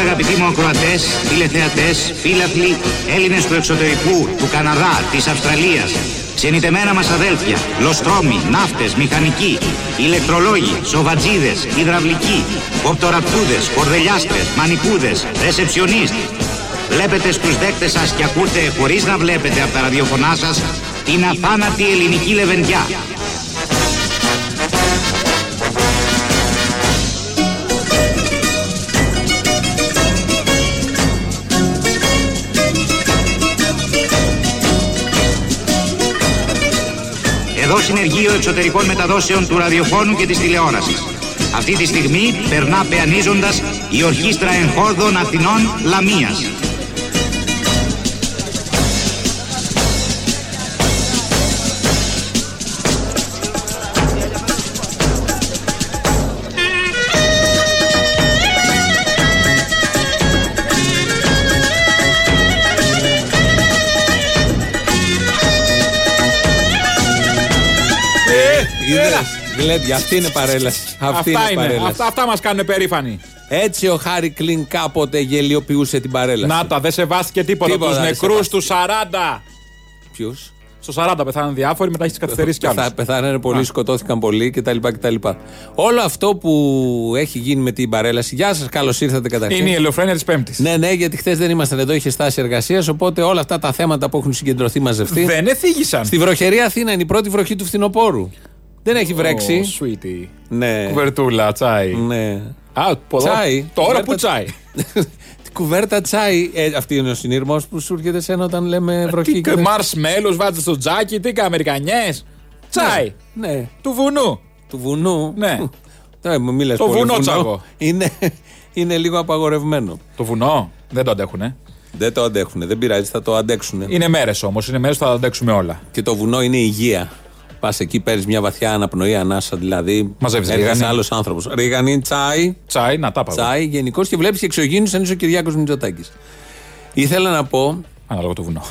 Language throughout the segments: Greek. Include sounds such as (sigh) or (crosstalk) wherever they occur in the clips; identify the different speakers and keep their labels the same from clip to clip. Speaker 1: αγαπητοί μου ακροατές, τηλεθεατές, φίλαθλοι, Έλληνες του εξωτερικού, του Καναδά, της Αυστραλίας, ξενιτεμένα μας αδέλφια, λοστρόμοι, ναύτες, μηχανικοί, ηλεκτρολόγοι, σοβατζίδες, υδραυλικοί, κοπτοραπτούδες, κορδελιάστες, μανικούδες, ρεσεψιονίστ. Βλέπετε στους δέκτες σας και ακούτε χωρίς να βλέπετε από τα ραδιοφωνά σας την αθάνατη ελληνική λεβενδιά. Εδώ συνεργείο εξωτερικών μεταδόσεων του ραδιοφώνου και της τηλεόρασης. Αυτή τη στιγμή περνά πεανίζοντας η Ορχήστρα Εγχόρδων Αθηνών Λαμίας.
Speaker 2: Γλέντια, αυτή είναι παρέλαση. Αυτή
Speaker 3: αυτά
Speaker 2: είναι
Speaker 3: είναι.
Speaker 2: παρέλαση.
Speaker 3: Αυτά, αυτά μας κάνουν περήφανοι.
Speaker 2: Έτσι ο Χάρη Κλίν κάποτε γελιοποιούσε την παρέλαση.
Speaker 3: Να τα, δεν σεβάστηκε τίποτα.
Speaker 2: Τίποτα
Speaker 3: Τους
Speaker 2: δεν
Speaker 3: νεκρούς
Speaker 2: σεβάστηκε.
Speaker 3: του 40.
Speaker 2: Ποιους.
Speaker 3: Στο 40 πεθάναν διάφοροι, μετά έχεις καθυστερήσεις κι άλλους.
Speaker 2: Πεθάνανε πολλοί, σκοτώθηκαν πολλοί κτλ, κτλ. Όλο αυτό που έχει γίνει με την παρέλαση. Γεια σας, καλώς ήρθατε καταρχήν.
Speaker 3: Είναι η ελοφρένεια της Πέμπτης.
Speaker 2: Ναι, ναι, γιατί χθες δεν ήμασταν εδώ, είχε στάση εργασίας. Οπότε όλα αυτά τα θέματα που έχουν συγκεντρωθεί, μαζευτεί.
Speaker 3: Δεν εθίγησαν.
Speaker 2: Στη βροχερή Αθήνα είναι η πρώτη βροχή του φθινοπόρου. Δεν έχει βρέξει.
Speaker 3: Ω, sweetie.
Speaker 2: Ναι.
Speaker 3: Κουβερτούλα, τσάι.
Speaker 2: Ναι.
Speaker 3: Α, πολλά-
Speaker 2: Τσάι.
Speaker 3: Τώρα
Speaker 2: Κουβέρτα-
Speaker 3: που τσάι.
Speaker 2: Την (laughs) κουβέρτα τσάι. Ε, αυτή είναι ο συνήρμο που σου έρχεται σένα όταν λέμε βροχή.
Speaker 3: Ε, Τι
Speaker 2: και δεν-
Speaker 3: μαρσμέλο βάζετε στο τζάκι, τι καμερικανιέ. Τσάι.
Speaker 2: Ναι.
Speaker 3: Του βουνού.
Speaker 2: Του βουνού.
Speaker 3: Ναι.
Speaker 2: Τώρα μου μίλας
Speaker 3: Το
Speaker 2: πολύ
Speaker 3: βουνό
Speaker 2: βουνό.
Speaker 3: τσάκο.
Speaker 2: Είναι, είναι λίγο απαγορευμένο.
Speaker 3: Το βουνό δεν το αντέχουνε.
Speaker 2: Δεν το αντέχουν. Δεν πειράζει, θα το αντέξουν.
Speaker 3: Είναι μέρες όμως, είναι μέρες που θα τα αντέξουμε όλα.
Speaker 2: Και το βουνό είναι υγεία. Πας εκεί, παίρνεις μια βαθιά αναπνοή, ανάσα δηλαδή.
Speaker 3: Μαζεύεις
Speaker 2: Έρχεσαι
Speaker 3: ρίγανη.
Speaker 2: άλλος άνθρωπος. Ρίγανη, τσάι.
Speaker 3: Τσάι, να τα πάμε.
Speaker 2: Τσάι γενικώ και βλέπεις εξωγήινους αν είσαι ο Κυριάκος Μητσοτάκης. Ήθελα να πω. (laughs)
Speaker 3: Ανάλογα το βουνό.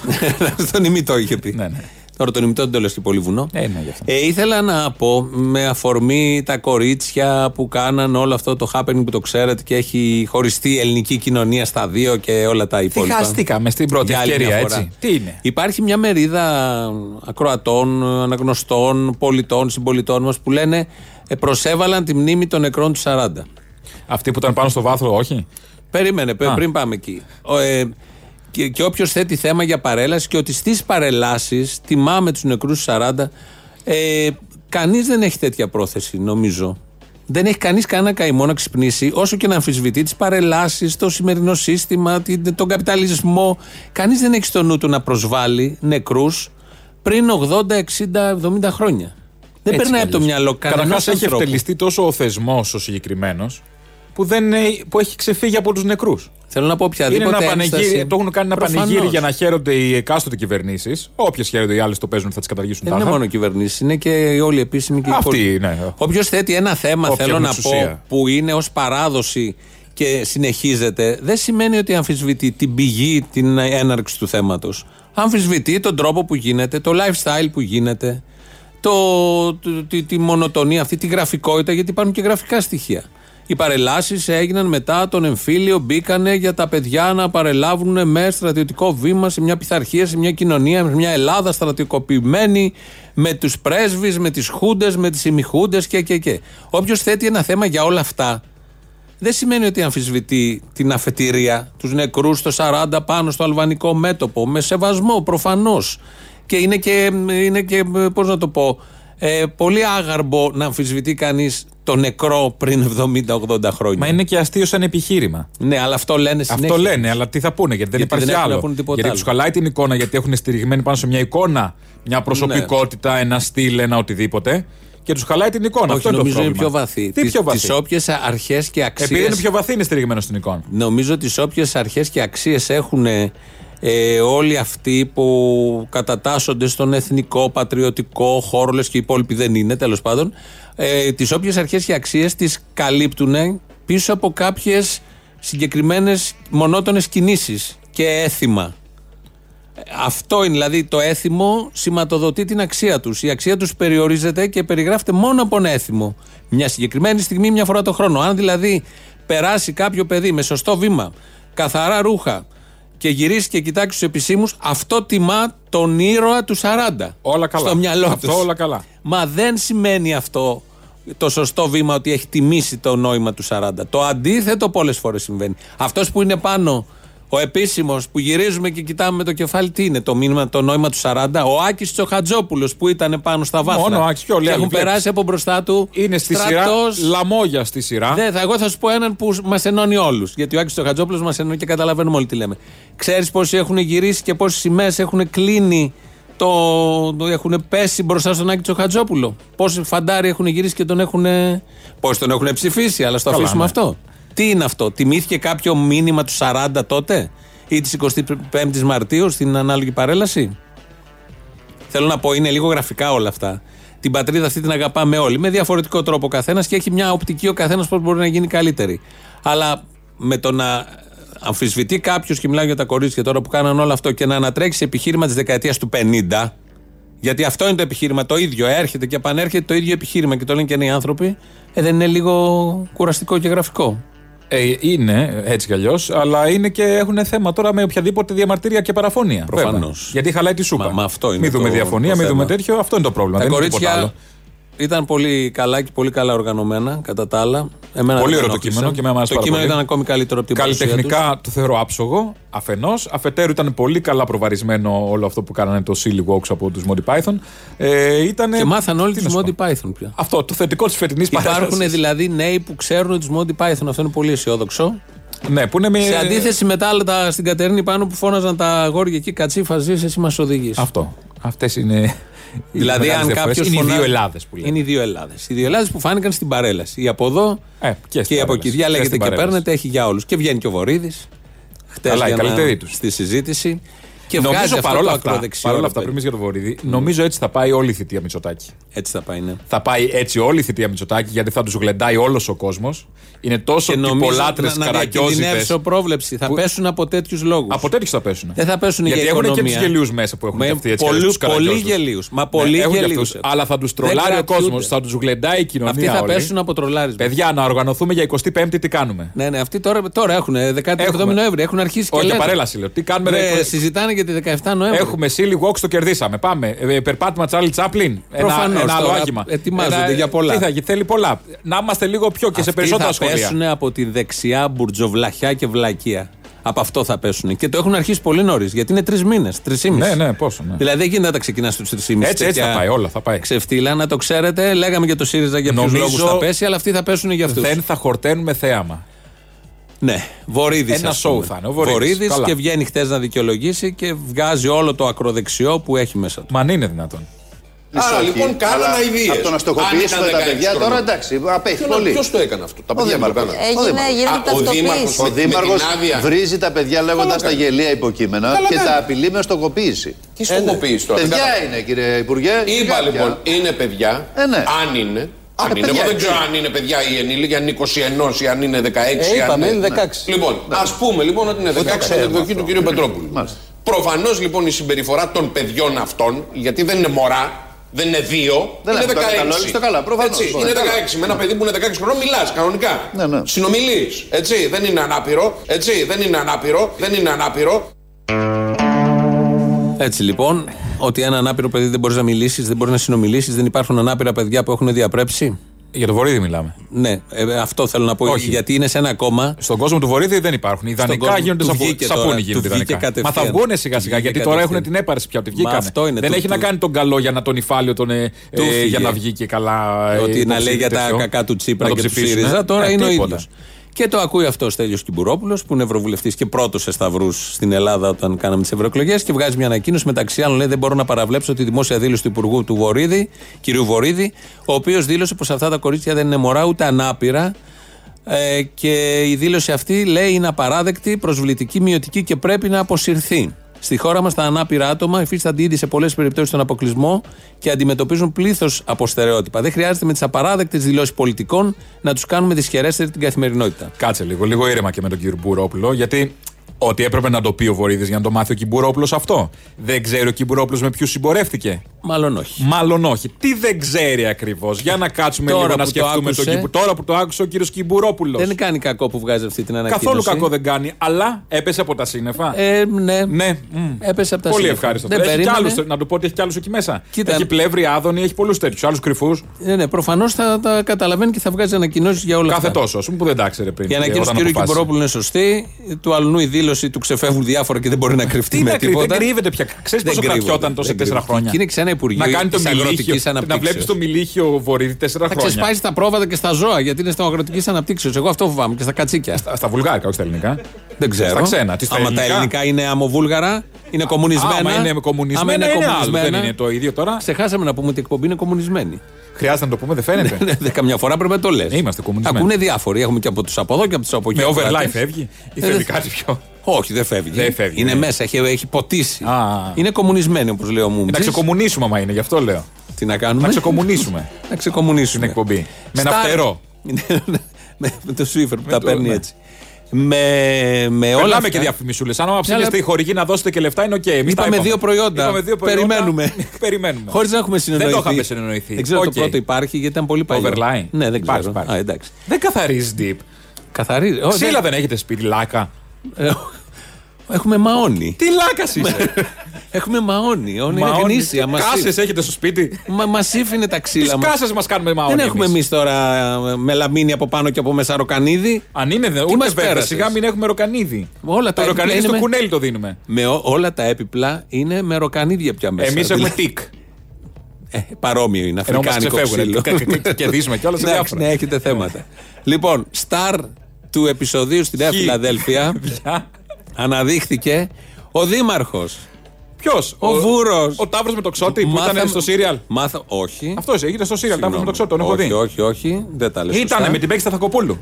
Speaker 2: στον ημιτό είχε πει.
Speaker 3: Ναι, ναι.
Speaker 2: Τώρα τον ημιτό δεν το λες και πολύ βουνό.
Speaker 3: Ε, ναι, γι' αυτό.
Speaker 2: Ε, ήθελα να πω με αφορμή τα κορίτσια που κάναν όλο αυτό το happening που το ξέρετε και έχει χωριστεί η ελληνική κοινωνία στα δύο και όλα τα υπόλοιπα.
Speaker 3: Διχαστήκαμε στην πρώτη
Speaker 2: Για άλλη μια
Speaker 3: ευκαιρία,
Speaker 2: φορά.
Speaker 3: έτσι. Τι είναι.
Speaker 2: Υπάρχει μια μερίδα ακροατών, αναγνωστών, πολιτών, συμπολιτών μας που λένε ε, προσέβαλαν τη μνήμη των νεκρών του 40.
Speaker 3: Αυτοί που ήταν πάνω στο βάθρο, όχι.
Speaker 2: Περίμενε, πρι-
Speaker 3: Α.
Speaker 2: πριν πάμε εκεί. Ο, ε, και και όποιος θέτει θέμα για παρέλαση και ότι στις παρελάσεις τιμάμε τους νεκρούς 40, ε, κανείς δεν έχει τέτοια πρόθεση, νομίζω. Δεν έχει κανείς κανένα καημό να ξυπνήσει, όσο και να αμφισβητεί τις παρελάσεις, το σημερινό σύστημα, την- τον καπιταλισμό. Κανείς δεν έχει στο νου του να προσβάλλει νεκρούς πριν 80, 60, 70 χρόνια. Δεν περνάει από το μυαλό κανένας.
Speaker 3: Καταρχάς έχει ευτελιστεί τόσο ο θεσμός ο συγκεκριμένος που, δεν, ε, που έχει ξεφύγει από τους νεκρούς.
Speaker 2: Θέλω να πω
Speaker 3: Είναι
Speaker 2: οποιαδήποτε
Speaker 3: ένα πανηγύρι,
Speaker 2: Ε, ένσταση.
Speaker 3: το έχουν κάνει ένα
Speaker 2: Προφανώς.
Speaker 3: πανηγύρι για να χαίρονται οι εκάστοτε κυβερνήσεις. Όποιες χαίρονται, οι άλλες το παίζουν ότι θα τις καταργήσουν
Speaker 2: Δεν Ε, είναι
Speaker 3: τάχα.
Speaker 2: μόνο κυβερνήσεις, είναι και όλοι οι επίσημοι και οι
Speaker 3: Αυτοί,
Speaker 2: υπόλοιποι.
Speaker 3: ναι.
Speaker 2: Όποιος θέτει ένα θέμα,
Speaker 3: Όποιοι
Speaker 2: θέλω
Speaker 3: έχουν
Speaker 2: να πω,
Speaker 3: εξουσία.
Speaker 2: που είναι ως παράδοση και συνεχίζεται, δεν σημαίνει ότι αμφισβητεί την πηγή, την έναρξη του θέματος. Αμφισβητεί τον τρόπο που γίνεται, το lifestyle που γίνεται, το, το- τη, τη μονοτονία αυτή, τη γραφικότητα, γιατί υπάρχουν και γραφικά στοιχεία. Οι παρελάσεις έγιναν μετά τον εμφύλιο, μπήκανε για τα παιδιά να παρελάβουν με στρατιωτικό βήμα σε μια πειθαρχία, σε μια κοινωνία, σε μια Ελλάδα στρατιωτικοποιημένη, με τους πρέσβεις, με τις χούντες, με τις ημιχούντες και, και, και. Όποιος θέτει ένα θέμα για όλα αυτά, δεν σημαίνει ότι αμφισβητεί την αφετηρία τους νεκρούς στο 40 πάνω στο αλβανικό μέτωπο. Με σεβασμό προφανώς. Και είναι και, είναι και πώς να το πω, ε, πολύ άγαρμπο να αμφισβητεί κανείς το νεκρό πριν 70-80 χρόνια.
Speaker 3: Μα είναι και αστείο σαν επιχείρημα.
Speaker 2: Ναι, αλλά αυτό λένε συνέχεια.
Speaker 3: Αυτό λένε, αλλά τι θα πούνε, γιατί δεν
Speaker 2: Γιατί
Speaker 3: υπάρχει
Speaker 2: δεν έχουν να
Speaker 3: άλλο.
Speaker 2: πούνε τίποτα
Speaker 3: γιατί
Speaker 2: άλλο.
Speaker 3: του χαλάει την εικόνα, γιατί έχουν στηριγμένη πάνω σε μια εικόνα, μια
Speaker 2: Ναι.
Speaker 3: προσωπικότητα, ένα στυλ, ένα οτιδήποτε. Και τους χαλάει την εικόνα.
Speaker 2: Όχι,
Speaker 3: Αυτό είναι το
Speaker 2: νομίζω
Speaker 3: πρόβλημα.
Speaker 2: είναι πιο βαθύ.
Speaker 3: Τι πιο βαθύ. Ε,
Speaker 2: Τι όποιες αρχές και αξίε.
Speaker 3: Επειδή είναι πιο βαθύ, είναι στηριγμένο στην εικόνα.
Speaker 2: Νομίζω τις όποιες αρχές και αξίες έχουν ε, όλοι αυτοί που κατατάσσονται στον εθνικό, πατριωτικό χώρο, λες και οι υπόλοιποι δεν είναι τέλος πάντων, ε, τις όποιες αρχές και αξίες τις καλύπτουν πίσω από κάποιες συγκεκριμένες μονότονες κινήσεις και έθιμα. Ε, Αυτό είναι δηλαδή το έθιμο σηματοδοτεί την αξία τους. Η αξία τους περιορίζεται και περιγράφεται μόνο από ένα έθιμο. Μια συγκεκριμένη στιγμή, μια φορά το χρόνο. Αν δηλαδή περάσει κάποιο παιδί με σωστό βήμα, καθαρά ρούχα και γυρίσει και κοιτάξει τους επισήμους, αυτό τιμά τον ήρωα του 40.
Speaker 3: Όλα καλά.
Speaker 2: Στο μυαλό
Speaker 3: Αυτό
Speaker 2: τους.
Speaker 3: όλα καλά.
Speaker 2: Μα δεν σημαίνει αυτό το σωστό βήμα ότι έχει τιμήσει το νόημα του 40. Το αντίθετο πολλές φορές συμβαίνει. Αυτός που είναι πάνω, ο επίσημος που γυρίζουμε και κοιτάμε με το κεφάλι, τι είναι το μήνυμα, το νόημα του 40. Ο Άκης Τσοχατζόπουλος που ήταν πάνω στα βάθρα.
Speaker 3: Μόνο ο Άκης, ποιο λέει,
Speaker 2: έχουν
Speaker 3: βλέπεις.
Speaker 2: περάσει από μπροστά του.
Speaker 3: Είναι στη
Speaker 2: στρατός.
Speaker 3: σειρά. Λαμόγια στη σειρά.
Speaker 2: Δεν θα, εγώ θα σου πω έναν που μας ενώνει όλους. Γιατί ο Άκης Τσοχατζόπουλος μας ενώνει και καταλαβαίνουμε όλοι τι λέμε. Ξέρεις πόσοι έχουν γυρίσει και πόσες σημαίες έχουν κλείνει. Το, το έχουν πέσει μπροστά στον Άκη Τσοχατζόπουλο. Πόσοι φαντάροι έχουν γυρίσει και τον έχουν. Πόσοι τον έχουν ψηφίσει, αλλά στο
Speaker 3: Καλά,
Speaker 2: αφήσουμε
Speaker 3: ναι.
Speaker 2: αυτό. Τι είναι αυτό, τιμήθηκε κάποιο μήνυμα του 40 τότε ή της 25η Μαρτίου στην ανάλογη παρέλαση. Θέλω να πω, είναι λίγο γραφικά όλα αυτά. Την πατρίδα αυτή την αγαπάμε όλοι. Με διαφορετικό τρόπο ο καθένας και έχει μια οπτική ο καθένας πώς μπορεί να γίνει καλύτερη. Αλλά με το να αμφισβητεί κάποιος και μιλάω για τα κορίτσια τώρα που κάναν όλο αυτό και να ανατρέξει επιχείρημα της δεκαετίας του 50, γιατί αυτό είναι το επιχείρημα, το ίδιο. Έρχεται και επανέρχεται το ίδιο επιχείρημα και το λένε και νέοι άνθρωποι. Ε, δεν είναι λίγο κουραστικό και γραφικό.
Speaker 3: Ε, είναι έτσι κι αλλιώς, αλλά είναι και έχουν θέμα τώρα με οποιαδήποτε διαμαρτυρία και παραφωνία. βέβαια.
Speaker 2: Προφανώς.
Speaker 3: Γιατί χαλάει τη σούπα.
Speaker 2: Μα- μα αυτό είναι
Speaker 3: Μην δούμε
Speaker 2: το-
Speaker 3: διαφωνία,
Speaker 2: το
Speaker 3: μην δούμε
Speaker 2: θέμα.
Speaker 3: τέτοιο. Αυτό είναι το πρόβλημα.
Speaker 2: τα
Speaker 3: δεν είναι τίποτα
Speaker 2: κορίτσια
Speaker 3: άλλο.
Speaker 2: ήταν πολύ καλά και πολύ καλά οργανωμένα κατά τα άλλα. Εμένα
Speaker 3: Πολύ
Speaker 2: δεν
Speaker 3: ωραίο το
Speaker 2: με ενόχλησε.
Speaker 3: κείμενο και εμένα μας
Speaker 2: Το
Speaker 3: πάρα
Speaker 2: κείμενο
Speaker 3: πολύ.
Speaker 2: ήταν ακόμη καλύτερο από την παρουσία
Speaker 3: Καλλιτεχνικά το θεωρώ άψογο, αφενός. Αφετέρου ήταν πολύ καλά προβαρισμένο όλο αυτό που κάνανε το Silly Walks από τους Monty Python. Ε, ήτανε...
Speaker 2: τους. Και μάθαν όλοι
Speaker 3: τι
Speaker 2: τους
Speaker 3: να σου πω.
Speaker 2: Monty Python πια.
Speaker 3: Αυτό το θετικό της φετινής
Speaker 2: Υπάρχουν δηλαδή νέοι που ξέρουν τους Monty Python. Αυτό είναι πολύ αισιόδοξο.
Speaker 3: Ναι, που είναι με...
Speaker 2: Σε αντίθεση με τα άλλα τα, στην Κατερίνη πάνω που φώναζαν τα αγόρια εκεί, κατσίφα ζεις, εσύ μας οδηγείς.
Speaker 3: Αυτό. Αυτές είναι. οι
Speaker 2: Δηλαδή,
Speaker 3: μεγάλες
Speaker 2: αν
Speaker 3: διαφορές.
Speaker 2: κάποιο.
Speaker 3: Είναι οι δύο Ελλάδες που λέμε.
Speaker 2: Είναι οι δύο Ελλάδες. Οι δύο Ελλάδες που φάνηκαν στην παρέλαση. Η από εδώ
Speaker 3: Ε, και στην
Speaker 2: η από
Speaker 3: παρέλαση. Και
Speaker 2: εκεί. Διαλέγεται
Speaker 3: στην
Speaker 2: και
Speaker 3: παρέλαση.
Speaker 2: παίρνετε, έχει για όλους. Και βγαίνει και ο Βορύδης. Χτες
Speaker 3: Καλά, οι καλύτεροι τους.
Speaker 2: στη συζήτηση. Και βγάζει
Speaker 3: Νομίζω
Speaker 2: αυτό
Speaker 3: παρόλα
Speaker 2: το
Speaker 3: αυτά,
Speaker 2: ακροδεξιό.
Speaker 3: παρόλα
Speaker 2: ρε
Speaker 3: αυτά,
Speaker 2: παιδί.
Speaker 3: πριν πεις για τον Βορύδη, νομίζω έτσι θα πάει όλη η θητεία Μητσοτάκη.
Speaker 2: Έτσι θα πάει, ναι.
Speaker 3: Θα πάει έτσι όλη η θητεία Μητσοτάκη γιατί θα τους γλεντάει όλος ο κόσμος. Είναι τόσο τυπολάτρε
Speaker 2: να, να
Speaker 3: καραγκιόζητε.
Speaker 2: διακινδυνεύσω πρόβλεψη. Θα
Speaker 3: που- πέσουν από τέτοιους λόγους. Από τέτοιους θα πέσουν.
Speaker 2: Δεν θα πέσουν
Speaker 3: γιατί
Speaker 2: για
Speaker 3: έχουν και τους
Speaker 2: οικονομία.
Speaker 3: γελίους μέσα που έχουν
Speaker 2: Με
Speaker 3: και αυτοί έτσι.
Speaker 2: πολλού-
Speaker 3: τους καραγκιόζηδες.
Speaker 2: πολλοί γελίους. Μα πολλοί
Speaker 3: έχουν και
Speaker 2: γελίους
Speaker 3: αυτούς.
Speaker 2: έχουν.
Speaker 3: Αλλά θα τους
Speaker 2: Δεν
Speaker 3: τρολάρει ο κόσμο,
Speaker 2: κρατιούνται.
Speaker 3: θα τους γλεντάει η κοινωνία.
Speaker 2: Αυτοί θα
Speaker 3: όλη.
Speaker 2: πέσουν από τρολάρισμα.
Speaker 3: Παιδιά, να οργανωθούμε για 25η τι κάνουμε.
Speaker 2: Ναι, ναι, αυτοί τώρα, τώρα έχουν 17
Speaker 3: Έχουμε.
Speaker 2: Νοέμβρη, έχουν αρχίσει και Ναι,
Speaker 3: Όχι, για
Speaker 2: λένε.
Speaker 3: παρέλαση λέω. Τι κάνουμε,
Speaker 2: Ρε,
Speaker 3: ρε, 20.
Speaker 2: συζητάνε για τη 17 Νοέμβρη.
Speaker 3: Έχουμε Silly Walks, το κερδίσαμε. Πάμε. Ε, περπάτημα Τσάρλι Τσάπλιν.
Speaker 2: Προφανώς,
Speaker 3: Ένα, ένα άλλο
Speaker 2: τώρα
Speaker 3: άγημα.
Speaker 2: ετοιμάζονται για πολλά.
Speaker 3: Τι θα γίνει, θέλει πολλά. Να είμαστε λίγο πιο και σε
Speaker 2: Αυτοί
Speaker 3: περισσότερα
Speaker 2: θα
Speaker 3: σχολεία.
Speaker 2: πέσουν από τη δεξιά μπουρτζοβλαχιά και βλακεία. Από αυτό θα πέσουν. Και το έχουν αρχίσει πολύ νωρίς, γιατί είναι τρεις μήνες, τρεις ή
Speaker 3: Ναι,
Speaker 2: μισή.
Speaker 3: ναι, πόσο, ναι.
Speaker 2: Δηλαδή δεν γίνεται να τα ξεκινάς στου τρει ή μισή.
Speaker 3: Έτσι, έτσι θα πάει, όλα θα πάει.
Speaker 2: Ξεφτύλα, να το ξέρετε. Λέγαμε για το ΣΥΡΙΖΑ για ποιους
Speaker 3: Νομίζω
Speaker 2: λόγους θα πέσει, αλλά αυτοί θα πέσουν για αυτούς.
Speaker 3: Δεν θα χορταίνουμε θέαμα.
Speaker 2: Ναι, Βορύδης.
Speaker 3: Ένα σοου θα είναι, ο Βορύδης. Καλά.
Speaker 2: και βγαίνει χτες να δικαιολογήσει και βγάζει όλο το ακροδεξιό που έχει μέσα του.
Speaker 3: Μα αν είναι δυνατόν.
Speaker 4: Άρα λοιπόν κάναμε αηδίε.
Speaker 5: Από το να στοχοποιήσουμε τα παιδιά τώρα εντάξει, απέχει πολύ.
Speaker 4: Ποιος το έκανε αυτό. Τα
Speaker 5: Ο
Speaker 4: παιδιά το
Speaker 5: Δήμαρχος.
Speaker 4: έκαναν.
Speaker 5: Ο
Speaker 6: Έγινε,
Speaker 5: Δήμαρχος.
Speaker 6: γίνεται
Speaker 4: Α, ο
Speaker 6: ταυτοποίηση.
Speaker 4: Δήμαρχος-
Speaker 5: Ο
Speaker 4: Με την
Speaker 5: Δήμαρχος
Speaker 4: άδεια.
Speaker 5: βρίζει τα παιδιά λέγοντας τα γελία υποκείμενα
Speaker 4: Καλά
Speaker 5: και
Speaker 4: κάνει.
Speaker 5: τα απειλεί με στοχοποίηση.
Speaker 4: Τι στοχοποίηση τώρα. δεν
Speaker 5: Ε, ναι. Παιδιά
Speaker 4: κατάλαβα.
Speaker 5: είναι κύριε Υπουργέ.
Speaker 4: Είπα
Speaker 5: παιδιά.
Speaker 4: λοιπόν, είναι παιδιά.
Speaker 5: Ε, ναι.
Speaker 4: Αν είναι. Αν είναι.
Speaker 5: παιδιά,
Speaker 4: Εγώ δεν
Speaker 5: τι.
Speaker 4: ξέρω αν είναι παιδιά ή ενήλικοι, αν είναι 21 ή αν είναι 16.
Speaker 2: Ε,
Speaker 4: αν
Speaker 2: είπαμε, είναι 16.
Speaker 4: Λοιπόν,
Speaker 5: Ναι.
Speaker 4: ας πούμε λοιπόν ότι είναι 16 στην εκδοχή του κυρίου Πετρόπουλου.
Speaker 5: Μάλιστα.
Speaker 4: Προφανώς λοιπόν η συμπεριφορά των παιδιών αυτών, γιατί δεν είναι μωρά, δεν είναι δύο,
Speaker 5: Δεν
Speaker 4: είναι
Speaker 5: έχουμε
Speaker 4: 16.
Speaker 5: το καλό, όλοι στο καλά, προφανώς.
Speaker 4: Έτσι,
Speaker 5: Μπορεί,
Speaker 4: είναι 16.
Speaker 5: καλά.
Speaker 4: Με ένα παιδί που είναι 16 χρονών μιλάς κανονικά.
Speaker 5: Ναι, ναι.
Speaker 4: Συνομιλείς. Έτσι, δεν είναι ανάπηρο. Έτσι, δεν είναι ανάπηρο. Δεν είναι ανάπηρο.
Speaker 2: Έτσι λοιπόν, ότι ένα ανάπηρο παιδί δεν μπορείς να μιλήσεις, δεν μπορείς να συνομιλήσεις, δεν υπάρχουν ανάπηρα παιδιά που έχουν διαπρέψει.
Speaker 3: Για τον Βορύδη μιλάμε.
Speaker 2: Ναι, ε, αυτό θέλω να πω.
Speaker 3: Όχι.
Speaker 2: Γιατί είναι σε ένα κόμμα.
Speaker 3: Στον κόσμο του Βορύδη δεν υπάρχουν. Ιδανικά
Speaker 2: κόσμο
Speaker 3: γίνονται
Speaker 2: του
Speaker 3: σαπού-
Speaker 2: βγήκε
Speaker 3: σαπούνι.
Speaker 2: τώρα,
Speaker 3: γίνονται
Speaker 2: του βγήκε
Speaker 3: ιδανικά. Μα
Speaker 2: κατευθείαν.
Speaker 3: θα βγουν σιγά σιγά γιατί
Speaker 2: Του βγήκε
Speaker 3: τώρα έχουν
Speaker 2: κατευθείαν.
Speaker 3: την έπαρση πια. Τη
Speaker 2: Μα
Speaker 3: βγήκανε.
Speaker 2: αυτό είναι,
Speaker 3: δεν
Speaker 2: του-
Speaker 3: έχει να
Speaker 2: του-
Speaker 3: κάνει τον καλό για να τον υφάλιο τον, ε,
Speaker 2: Του
Speaker 3: ε,
Speaker 2: φύγε.
Speaker 3: για να βγει και καλά. ε,
Speaker 2: ότι να
Speaker 3: υποψήφιος
Speaker 2: λέει για τα
Speaker 3: τέτοιο.
Speaker 2: κακά του Τσίπρα
Speaker 3: Να το
Speaker 2: και του
Speaker 3: ψηφίσουν,
Speaker 2: ΣΥΡΙΖΑ,
Speaker 3: ε.
Speaker 2: τώρα
Speaker 3: Ε,
Speaker 2: είναι ο
Speaker 3: τίποτα.
Speaker 2: ίδιος. Και το ακούει αυτός ο Στέλιος Κυμπουρόπουλος, που είναι ευρωβουλευτής και πρώτος σε σταυρούς στην Ελλάδα όταν κάναμε τις ευρωεκλογές και βγάζει μια ανακοίνωση. Μεταξύ άλλων, λέει: Δεν μπορώ να παραβλέψω τη δημόσια δήλωση του Υπουργού του Βορύδη, κυρίου Βορύδη, ο οποίος δήλωσε πως αυτά τα κορίτσια δεν είναι μωρά ούτε ανάπηρα. Ε, και η δήλωση αυτή λέει είναι απαράδεκτη, προσβλητική, μειωτική και πρέπει να αποσυρθεί. Στη χώρα μας τα ανάπηρα άτομα υφίστανται ήδη σε πολλές περιπτώσεις τον αποκλεισμό και αντιμετωπίζουν πλήθος από στερεότυπα. Δεν χρειάζεται με τις απαράδεκτες δηλώσεις πολιτικών να τους κάνουμε δυσχερέστερη την καθημερινότητα.
Speaker 3: Κάτσε λίγο, λίγο ήρεμα και με τον κύριο Μπουρόπουλο, γιατί ό,τι έπρεπε να το πει ο Βορύδης για να το μάθει ο Κυμπουρόπουλο αυτό. Δεν ξέρει ο Κυμπουρόπουλο με ποιους συμπορεύτηκε.
Speaker 2: Μάλλον όχι.
Speaker 3: Μάλλον όχι. Τι δεν ξέρει ακριβώς. Για να κάτσουμε
Speaker 2: Τώρα
Speaker 3: λίγο να
Speaker 2: που το
Speaker 3: σκεφτούμε
Speaker 2: άκουσε.
Speaker 3: τον Κυπου- Τώρα που το άκουσε ο κύριος Κυμπουρόπουλο.
Speaker 2: Δεν κάνει κακό που βγάζει αυτή την ανακοίνωση.
Speaker 3: Καθόλου κακό δεν κάνει, αλλά έπεσε από τα σύννεφα.
Speaker 2: Ε, ναι.
Speaker 3: Ναι. μμ.
Speaker 2: Έπεσε από τα
Speaker 3: Πολύ
Speaker 2: σύννεφα.
Speaker 3: ευχάριστο.
Speaker 2: Δεν
Speaker 3: έχει κι
Speaker 2: περίμενε.
Speaker 3: άλλους, να του πω ότι έχει κι άλλους εκεί μέσα.
Speaker 2: Κοίτα.
Speaker 3: Έχει πλεύρη, άδωνη, έχει πολλούς τέτοιους. Άλλους κρυφούς.
Speaker 2: Ναι, ναι, προφανώς θα τα καταλαβαίνει και θα βγάζει ανακοινώσεις για όλα
Speaker 3: Κάθε
Speaker 2: αυτά.
Speaker 3: τόσο, ας πούμε, που δεν τα ήξερε πριν.
Speaker 2: Η ανακοίνωση
Speaker 3: όταν
Speaker 2: του κ.
Speaker 3: αποφάσισε.
Speaker 2: Κυμπορόπουλου είναι σωστή. Του αλλού η δήλωση του ξεφεύγουν διάφορα και δεν μπορεί να κρυφτεί
Speaker 3: Τι
Speaker 2: με
Speaker 3: να κρύβει,
Speaker 2: τίποτα.
Speaker 3: δεν κρύβεται πια. Ξέρεις πόσο
Speaker 2: κρύβονται,
Speaker 3: κρατιόταν τόσα
Speaker 2: δεν
Speaker 3: τέσσερα
Speaker 2: κρύβονται.
Speaker 3: χρόνια.
Speaker 2: Και είναι ξανά Υπουργείο
Speaker 3: Να κάνει το
Speaker 2: της Αγροτικής
Speaker 3: μιλίχιο. Να βλέπει
Speaker 2: Αναπτύξεως.
Speaker 3: το μιλίχιο βορείδι τέσσερα
Speaker 2: Θα
Speaker 3: χρόνια.
Speaker 2: ξεσπάσει τα πρόβατα και στα ζώα γιατί είναι στα αγροτικής αναπτύξεως. Εγώ αυτό φοβάμαι και στα κατσίκια.
Speaker 3: Στα βουλγάρικα, όχι στα ελληνικά.
Speaker 2: Δεν ξέρω.
Speaker 3: Στα ξένα. Τι στα
Speaker 2: Άμα τα ελληνικά είναι αμοβούλγαρα, είναι (laughs) κομμουνισμένα.
Speaker 3: Άμα είναι κομμουνισμένα,
Speaker 2: άμα είναι
Speaker 3: είναι άλλο.
Speaker 2: κομμουνισμένα.
Speaker 3: Δεν είναι το ίδιο τώρα.
Speaker 2: Ξεχάσαμε να πούμε ότι η εκπομπή είναι κομμουνισμένη. (laughs)
Speaker 3: Χρειάζεται να το πούμε, δεν φαίνεται.
Speaker 2: Ναι, Καμιά φορά πρέπει να το λες.
Speaker 3: Ε, είμαστε κομμουνισμένοι.
Speaker 2: Ακούνε διάφοροι. Έχουμε και από τους από εδώ και από τους από εκεί.
Speaker 3: Με overlife
Speaker 2: ακροατές.
Speaker 3: φεύγει ή
Speaker 2: Ε,
Speaker 3: θέλει
Speaker 2: δεν-
Speaker 3: κάτι πιο.
Speaker 2: Όχι, δεν φεύγει.
Speaker 3: Δεν φεύγει,
Speaker 2: Είναι
Speaker 3: ναι.
Speaker 2: μέσα, έχει, έχει ποτίσει.
Speaker 3: Α.
Speaker 2: Είναι κομμουνισμένη, όπως λέει ο Μούμπη.
Speaker 3: Να ξεκομμουνίσουμε, άμα είναι, γι' αυτό λέω.
Speaker 2: Τι να κάνουμε.
Speaker 3: Να ξεκομμουνίσουμε
Speaker 2: να ξεκομμουνίσουμε.
Speaker 3: την εκπομπή. Με ένα
Speaker 2: Στα-
Speaker 3: φτερό.
Speaker 2: με, (laughs) με το Σουίφερ που τα
Speaker 3: το-
Speaker 2: παίρνει
Speaker 3: ναι.
Speaker 2: έτσι. Με, με όλα.
Speaker 3: Περνάμε
Speaker 2: αυτά- Ναι,
Speaker 3: και διαφημισούλες. Αν άμα ψήνεστε
Speaker 2: αλλά-
Speaker 3: οι χορηγοί να δώσετε και λεφτά, είναι οκ. Εμείς τα
Speaker 2: Είπαμε δύο προϊόντα.
Speaker 3: Είπαμε δύο προϊόντα.
Speaker 2: Περιμένουμε.
Speaker 3: (laughs) Περιμένουμε.
Speaker 2: Χωρίς να έχουμε συνεννοηθεί.
Speaker 3: Δεν το είχαμε συνεννοηθεί.
Speaker 2: Δεν ξέρω
Speaker 3: Οκ.
Speaker 2: το πρώτο υπάρχει γιατί ήταν πολύ παλιό.
Speaker 3: Overline.
Speaker 2: Ναι, δεν
Speaker 3: Υπάρχει,
Speaker 2: ξέρω.
Speaker 3: υπάρχει.
Speaker 2: Α, εντάξει.
Speaker 3: Δεν καθαρίζει deep.
Speaker 2: Καθαρίζει. Ω,
Speaker 3: Ξύλα
Speaker 2: δεν-
Speaker 3: δεν έχετε σπίτι, λάκα.
Speaker 2: Ε, Έχουμε μαόνι.
Speaker 3: Τι λάκας είσαι.
Speaker 2: Έχουμε μαόνι. Όνει είναι
Speaker 3: Μαόνι.
Speaker 2: γνήσια. Μας
Speaker 3: Κάσες
Speaker 2: σύφ-
Speaker 3: έχετε στο σπίτι.
Speaker 2: Μα μας σύφινε τα
Speaker 3: Τι
Speaker 2: ξύλα μας.
Speaker 3: κάσες μας κάνουμε μαόνι.
Speaker 2: Δεν έχουμε εμείς τώρα ε, μελαμίνη από πάνω και από μέσα ροκανίδι.
Speaker 3: Αν είναι δε,
Speaker 2: Τι
Speaker 3: ούτε
Speaker 2: μας
Speaker 3: βέβαια.
Speaker 2: πέρασες.
Speaker 3: Σιγά μην έχουμε ροκανίδι.
Speaker 2: Όλα τα
Speaker 3: το
Speaker 2: έπιπλα
Speaker 3: ροκανίδι
Speaker 2: είναι
Speaker 3: στο
Speaker 2: με-
Speaker 3: κουνέλι το δίνουμε.
Speaker 2: Με ό- όλα τα έπιπλα είναι με ροκανίδια πια μέσα.
Speaker 3: Εμείς έχουμε
Speaker 2: Δηλαδή,
Speaker 3: τικ.
Speaker 2: ε, παρόμοιο είναι
Speaker 3: Ενώ μας
Speaker 2: αφρικάνικο
Speaker 3: ξεφεύγουνε.
Speaker 2: ξύλο.
Speaker 3: Και δίσουμε κιόλας σε
Speaker 2: Ναι,
Speaker 3: διάφορα.
Speaker 2: Ναι, έχετε θέματα. λοιπόν, στάρ του επεισοδίου στην Νέα
Speaker 3: Χι. (laughs)
Speaker 2: Φιλαδέλφια αναδείχθηκε ο Δήμαρχος.
Speaker 3: Ποιος?
Speaker 2: Ο Βούρος.
Speaker 3: Ο Ταύρος με το ξότι που
Speaker 2: Μάθαμε-
Speaker 3: ήταν στο σύριαλ.
Speaker 2: Μάθα... Όχι.
Speaker 3: Αυτός έγινε στο σύριαλ. Ταύρος με το ξότι, τον έχω
Speaker 2: όχι,
Speaker 3: δει.
Speaker 2: όχι, όχι, δεν τα λες
Speaker 3: Ήτανε
Speaker 2: σωστά.
Speaker 3: με την παίξη Σταθακοπούλου.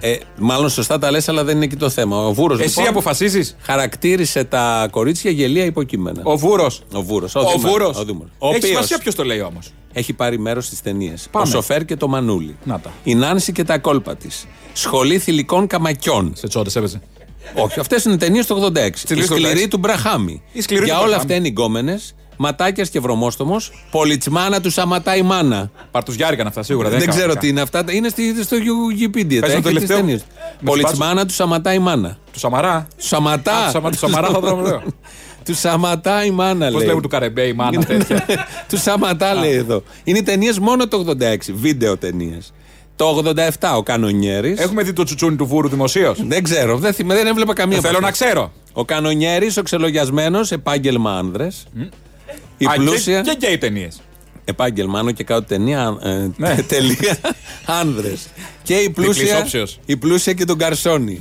Speaker 2: Ε, μάλλον σωστά τα λες, αλλά δεν είναι εκεί το θέμα. Ο Βούρος
Speaker 3: Εσύ
Speaker 2: λοιπόν,
Speaker 3: αποφασίζεις.
Speaker 2: χαρακτήρισε τα κορίτσια γελία υποκείμενα.
Speaker 3: Ο Βούρος.
Speaker 2: Ο Βούρος, Ναι. ο,
Speaker 3: Ο
Speaker 2: Δήμαρχος,
Speaker 3: Βούρος.
Speaker 2: ο Δήμαρχος, ο
Speaker 3: Έχει
Speaker 2: οποίος
Speaker 3: σημασία ποιος το λέει όμως.
Speaker 2: έχει πάρει μέρος στις ταινίες.
Speaker 3: Πάμε.
Speaker 2: Ο Σοφέρ και το Μανούλι.
Speaker 3: Να τα.
Speaker 2: Η Νάνση και τα κόλπα της. Σχολή θηλυκών καμακιών.
Speaker 3: Σε τσόντε έπαιζε.
Speaker 2: Όχι, αυτές είναι ταινίες του 86. Η
Speaker 3: λίστα
Speaker 2: σκληρή
Speaker 3: 86.
Speaker 2: του Μπραχάμι.
Speaker 3: Η σκληρή
Speaker 2: Για
Speaker 3: του
Speaker 2: όλα
Speaker 3: Μπραχάμι.
Speaker 2: αυτά είναι οι γκόμενε. Ματάκιας και βρωμόστομος. Πολιτσμάνα του Σαματά η μάνα.
Speaker 3: Παρτουζιάρικαν αυτά σίγουρα.
Speaker 2: Δεν,
Speaker 3: έκαναν
Speaker 2: ξέρω
Speaker 3: αυτά.
Speaker 2: τι είναι αυτά. Είναι στη, στο Wikipedia.
Speaker 3: το
Speaker 2: Τα έχει τις
Speaker 3: τελευταίο.
Speaker 2: ταινίες.
Speaker 3: Με
Speaker 2: Πολιτσμάνα του Σαματά η μάνα.
Speaker 3: Του
Speaker 2: (laughs)
Speaker 3: Σαμαρά.
Speaker 2: Του Σαματά.
Speaker 3: Α, του Σαμα- του Σαμαρά θα το λέω.
Speaker 2: (laughs) Του Σαματά η μάνα
Speaker 3: Πώς
Speaker 2: λέει.
Speaker 3: λέγουν του Καρεμπέ, η
Speaker 2: Ναι.
Speaker 3: μάνα τέτοια.
Speaker 2: του Σαματά λέει εδώ. Είναι ταινίες μόνο το 86, βίντεο ταινίες. Το 87 ο Κανονιέρης.
Speaker 3: Έχουμε δει το τσουτσούνι του Βούρου δημοσίως.
Speaker 2: Δεν ξέρω, δεν, θυμ- δεν έβλεπα καμία.
Speaker 3: Θέλω
Speaker 2: από
Speaker 3: να
Speaker 2: αυτές.
Speaker 3: ξέρω.
Speaker 2: Ο Κανονιέρης, ο ξελογιασμένος, επάγγελμα άνδρες. Η
Speaker 3: Α, και-
Speaker 2: πλούσια.
Speaker 3: Και γκέι ταινίες.
Speaker 2: Επάγγελμα, άνω και κάτω ταινία. Ε,
Speaker 3: Ναι. (laughs)
Speaker 2: Τελεία. άνδρες. Και η πλούσια,
Speaker 3: όψεως.
Speaker 2: η πλούσια και τον Καρσόνη.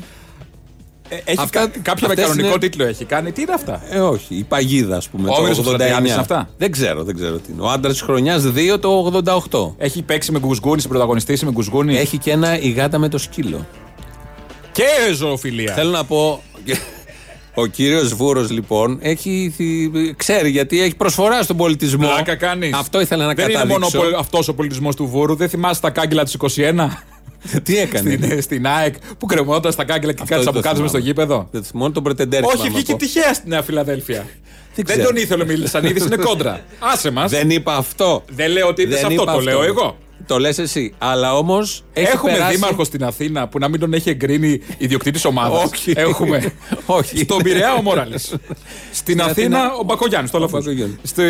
Speaker 3: Ε,
Speaker 2: Αυτά-
Speaker 3: Κάποια με
Speaker 2: αυτές
Speaker 3: κανονικό
Speaker 2: είναι-
Speaker 3: τίτλο έχει κάνει. Τι είναι αυτά.
Speaker 2: Ε, όχι. Η παγίδα, ας πούμε.
Speaker 3: Ο Όμηρος
Speaker 2: το
Speaker 3: ο Στρατηγιάννης είναι αυτά.
Speaker 2: Δεν ξέρω, δεν ξέρω τι είναι. Ο άντρας της χρονιάς 2 το 88.
Speaker 3: Έχει παίξει με γκουσγούνι, πρωταγωνιστήσει με γκουσγούνι.
Speaker 2: Έχει και ένα η γάτα με το σκύλο.
Speaker 3: Και ζωοφιλία.
Speaker 2: Θέλω να πω. Ο κύριος Βούρος, λοιπόν, έχει, ξέρει γιατί έχει προσφορά στον πολιτισμό.
Speaker 3: Πλάκα κάνεις.
Speaker 2: Αυτό ήθελα να
Speaker 3: Δεν
Speaker 2: καταδείξω.
Speaker 3: είναι μόνο πολ... αυτός ο πολιτισμός του Βούρου. Δεν θυμάσαι τα κάγκελα της 21
Speaker 2: Τι έκανε.
Speaker 3: στην, στην ΑΕΚ που κρεμόταν στα κάγκελα και
Speaker 2: Ε, ναι, Αυτό
Speaker 3: κάτι
Speaker 2: δεν
Speaker 3: από
Speaker 2: το
Speaker 3: κάτω μες στο
Speaker 2: θυμάμαι.
Speaker 3: γήπεδο.
Speaker 2: Δεν θυμάμαι, μόνο τον Πρετεντέρ.
Speaker 3: Όχι,
Speaker 2: θυμάμαι
Speaker 3: βγήκε
Speaker 2: από.
Speaker 3: τυχαία στη Νέα Φιλαδέλφια. Δεν
Speaker 2: ξέρω.
Speaker 3: τον ήθελε ο Μιλισανίδη, είναι κόντρα.
Speaker 2: (laughs)
Speaker 3: Άσε μας.
Speaker 2: Δεν είπα αυτό.
Speaker 3: Δεν λέω ότι είδες
Speaker 2: Δεν
Speaker 3: αυτό,
Speaker 2: είπα
Speaker 3: το λέω εγώ.
Speaker 2: Το λες εσύ. Αλλά όμως.
Speaker 3: Έχουμε
Speaker 2: περάσει...
Speaker 3: δήμαρχο στην Αθήνα που να μην τον έχει εγκρίνει ιδιοκτήτης ομάδας.
Speaker 2: Όχι. (laughs)
Speaker 3: Έχουμε.
Speaker 2: Όχι.
Speaker 3: Στον Πειραιά ο Μόραλης. στην
Speaker 2: Αθήνα,
Speaker 3: Αθήνα ο Μπακογιάννης. Το λάθο.
Speaker 2: Μπακογιάννης.
Speaker 3: Στη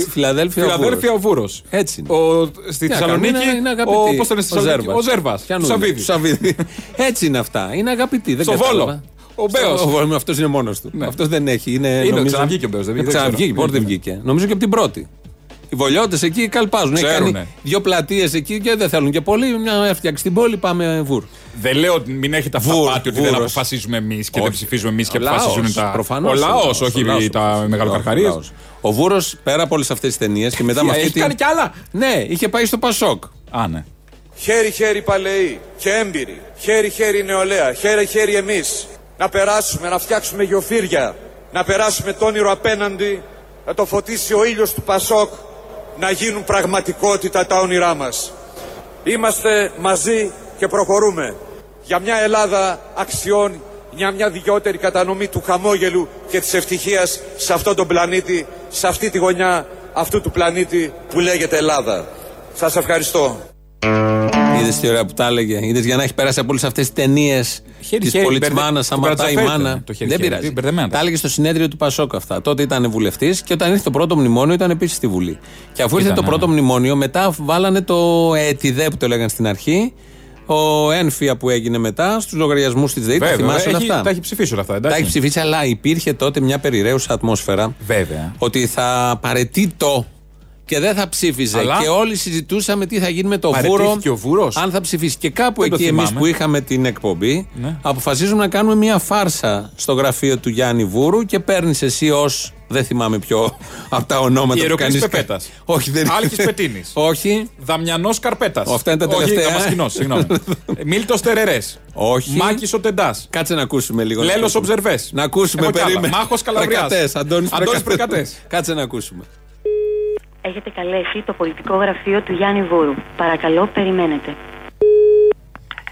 Speaker 2: Στη Φιλαδέλφια ο
Speaker 3: Φιλαδέλφια ο Βούρος.
Speaker 2: Έτσι είναι.
Speaker 3: Στη
Speaker 2: Τι να κάνουμε,
Speaker 3: Θεσσαλονίκη.
Speaker 2: είναι- είναι αγαπητοί.
Speaker 3: Ο πώς τον στη Θεσσαλονίκη. Ο Ζέρβας.
Speaker 2: Ποιανού
Speaker 3: Ο
Speaker 2: είναι?
Speaker 3: Σαββίδη.
Speaker 2: Σαββίδη. Έτσι είναι αυτά. Είναι αγαπητοί. Δεν
Speaker 3: Στο
Speaker 2: κατάλαβα.
Speaker 3: Βόλο. Ο Μπέος.
Speaker 2: Στο- Ο Αυτός είναι μόνος του.
Speaker 3: Ναι.
Speaker 2: Αυτός δεν έχει. Είναι,
Speaker 3: Είναι,
Speaker 2: νομίζω...
Speaker 3: ξαναβγήκε ο Μπέος, δεν- δεν ξέρω.
Speaker 2: Ξαναβγήκε. Μπορεί δεν βγήκε. Νομίζω και από την πρώτη. Οι βολιώτες εκεί καλπάζουν. Έχει
Speaker 3: Ξέρουνε.
Speaker 2: κάνει δύο πλατείες εκεί και δεν θέλουν και πολύ. Μια έφτιαξε την πόλη, πάμε βουρ.
Speaker 3: Δεν λέω ότι μην έχετε
Speaker 2: Βούρος,
Speaker 3: αυταπάτη ότι δεν
Speaker 2: βούρος.
Speaker 3: αποφασίζουμε εμείς και
Speaker 2: Όχι.
Speaker 3: δεν ψηφίζουμε εμείς και
Speaker 2: Ο λαός,
Speaker 3: αποφασίζουν τα.
Speaker 2: προφανώς,
Speaker 3: ο λαό, όχι
Speaker 2: ο λαός, ο
Speaker 3: τα
Speaker 2: λαός,
Speaker 3: μεγαλοκαρχαρίε.
Speaker 2: ο λαός. Ο Βούρος πέρα από όλες αυτές τις ταινίες και μετά με αυτή
Speaker 3: Έχει
Speaker 2: την-
Speaker 3: κάνει κι άλλα.
Speaker 2: Ναι, είχε πάει στο Πασόκ.
Speaker 3: Α, ναι.
Speaker 6: Χέρι-χέρι παλαιοί και έμπειροι. Χέρι-χέρι νεολαία. Χέρι-χέρι εμείς. Να περάσουμε, να φτιάξουμε γεωφύρια. Να περάσουμε το όνειρο απέναντι. Να το φωτίσει ο ήλιος του Πασόκ. Να γίνουν πραγματικότητα τα όνειρά μας. Είμαστε μαζί και προχωρούμε. Για μια Ελλάδα αξιών, για μια δικαιότερη κατανομή του χαμόγελου και της ευτυχίας σε αυτόν τον πλανήτη, σε αυτή τη γωνιά αυτού του πλανήτη που λέγεται Ελλάδα. Σας ευχαριστώ.
Speaker 2: Είδες τι ωραία που τα έλεγε. Είδες για να έχει περάσει από όλες αυτές τις ταινίες
Speaker 3: Χέρι-χέρι,
Speaker 2: τη πολίτης
Speaker 3: μπερδε-
Speaker 2: μάνας,
Speaker 3: του
Speaker 2: σταματάει η
Speaker 3: Κρατσαφέρη
Speaker 2: μάνα.
Speaker 3: ήταν το
Speaker 2: Δεν
Speaker 3: χέρι-χέρι,
Speaker 2: πειράζει.
Speaker 3: μπερδεμένα.
Speaker 2: Τα έλεγε στο συνέδριο του Πασόκ αυτά. Τότε ήταν βουλευτής και όταν ήρθε το πρώτο μνημόνιο ήταν επίσης στη Βουλή. Και αφού ήρθε
Speaker 3: Ήταν,
Speaker 2: το
Speaker 3: ναι.
Speaker 2: πρώτο μνημόνιο, μετά βάλανε το ΕΤΙΔΕ που το έλεγαν στην αρχή. Ο ένφια που έγινε μετά στους λογαριασμούς της ΔΕΗ. Τα
Speaker 3: Βέβαια,
Speaker 2: θυμάσαι όλα
Speaker 3: έχει-
Speaker 2: αυτά.
Speaker 3: τα έχει ψηφίσει όλα αυτά, εντάξει.
Speaker 2: Τα έχει ψηφίσει, αλλά υπήρχε τότε μια περιραίουσα ατμόσφαιρα.
Speaker 3: Βέβαια.
Speaker 2: Ότι θα παρετεί το και δεν θα ψήφιζε.
Speaker 3: Αλλά-
Speaker 2: Και όλοι συζητούσαμε τι θα γίνει με το
Speaker 3: Παρετήθηκε
Speaker 2: Βούρο.
Speaker 3: ο Βούρος.
Speaker 2: Αν θα ψηφίσει. Και κάπου
Speaker 3: Δεν το
Speaker 2: εκεί εμείς
Speaker 3: θυμάμαι.
Speaker 2: που είχαμε την εκπομπή,
Speaker 3: Ναι.
Speaker 2: αποφασίζουμε να κάνουμε μια φάρσα στο γραφείο του Γιάννη Βούρου και παίρνεις εσύ ως. Δεν θυμάμαι ποιο (laughs) από τα ονόματα που
Speaker 3: Ιεροκλής
Speaker 2: κάνεις.
Speaker 3: Πεπέτας.
Speaker 2: (laughs) Όχι, δεν
Speaker 3: Άλκης Πετίνης.
Speaker 2: (laughs) Όχι.
Speaker 3: Δαμιανός Καρπέτας.
Speaker 2: Αυτά είναι τα
Speaker 3: Όχι,
Speaker 2: τελευταία.
Speaker 3: Δαμασκηνός,
Speaker 2: (laughs)
Speaker 3: συγγνώμη. Μίλτος Τερερές.
Speaker 2: Όχι.
Speaker 3: Μάκης Οτεντά.
Speaker 2: Κάτσε να ακούσουμε λίγο.
Speaker 3: Λέλος
Speaker 2: Να ακούσουμε.
Speaker 3: Ομπζερβές.
Speaker 2: Να ακούσουμε
Speaker 3: Έχω κι άλλα.
Speaker 2: περίμενε.
Speaker 3: Μάχος Καλαβριάς.
Speaker 2: Πρεκατές, Αντώνης
Speaker 3: Αντώνης
Speaker 2: Πρεκατές.
Speaker 3: Πρεκατές.
Speaker 2: Κάτσε να ακούσουμε.
Speaker 7: Έχετε καλέσει το πολιτικό γραφείο του Γιάννη Βούρου. Παρακαλώ, περιμένετε.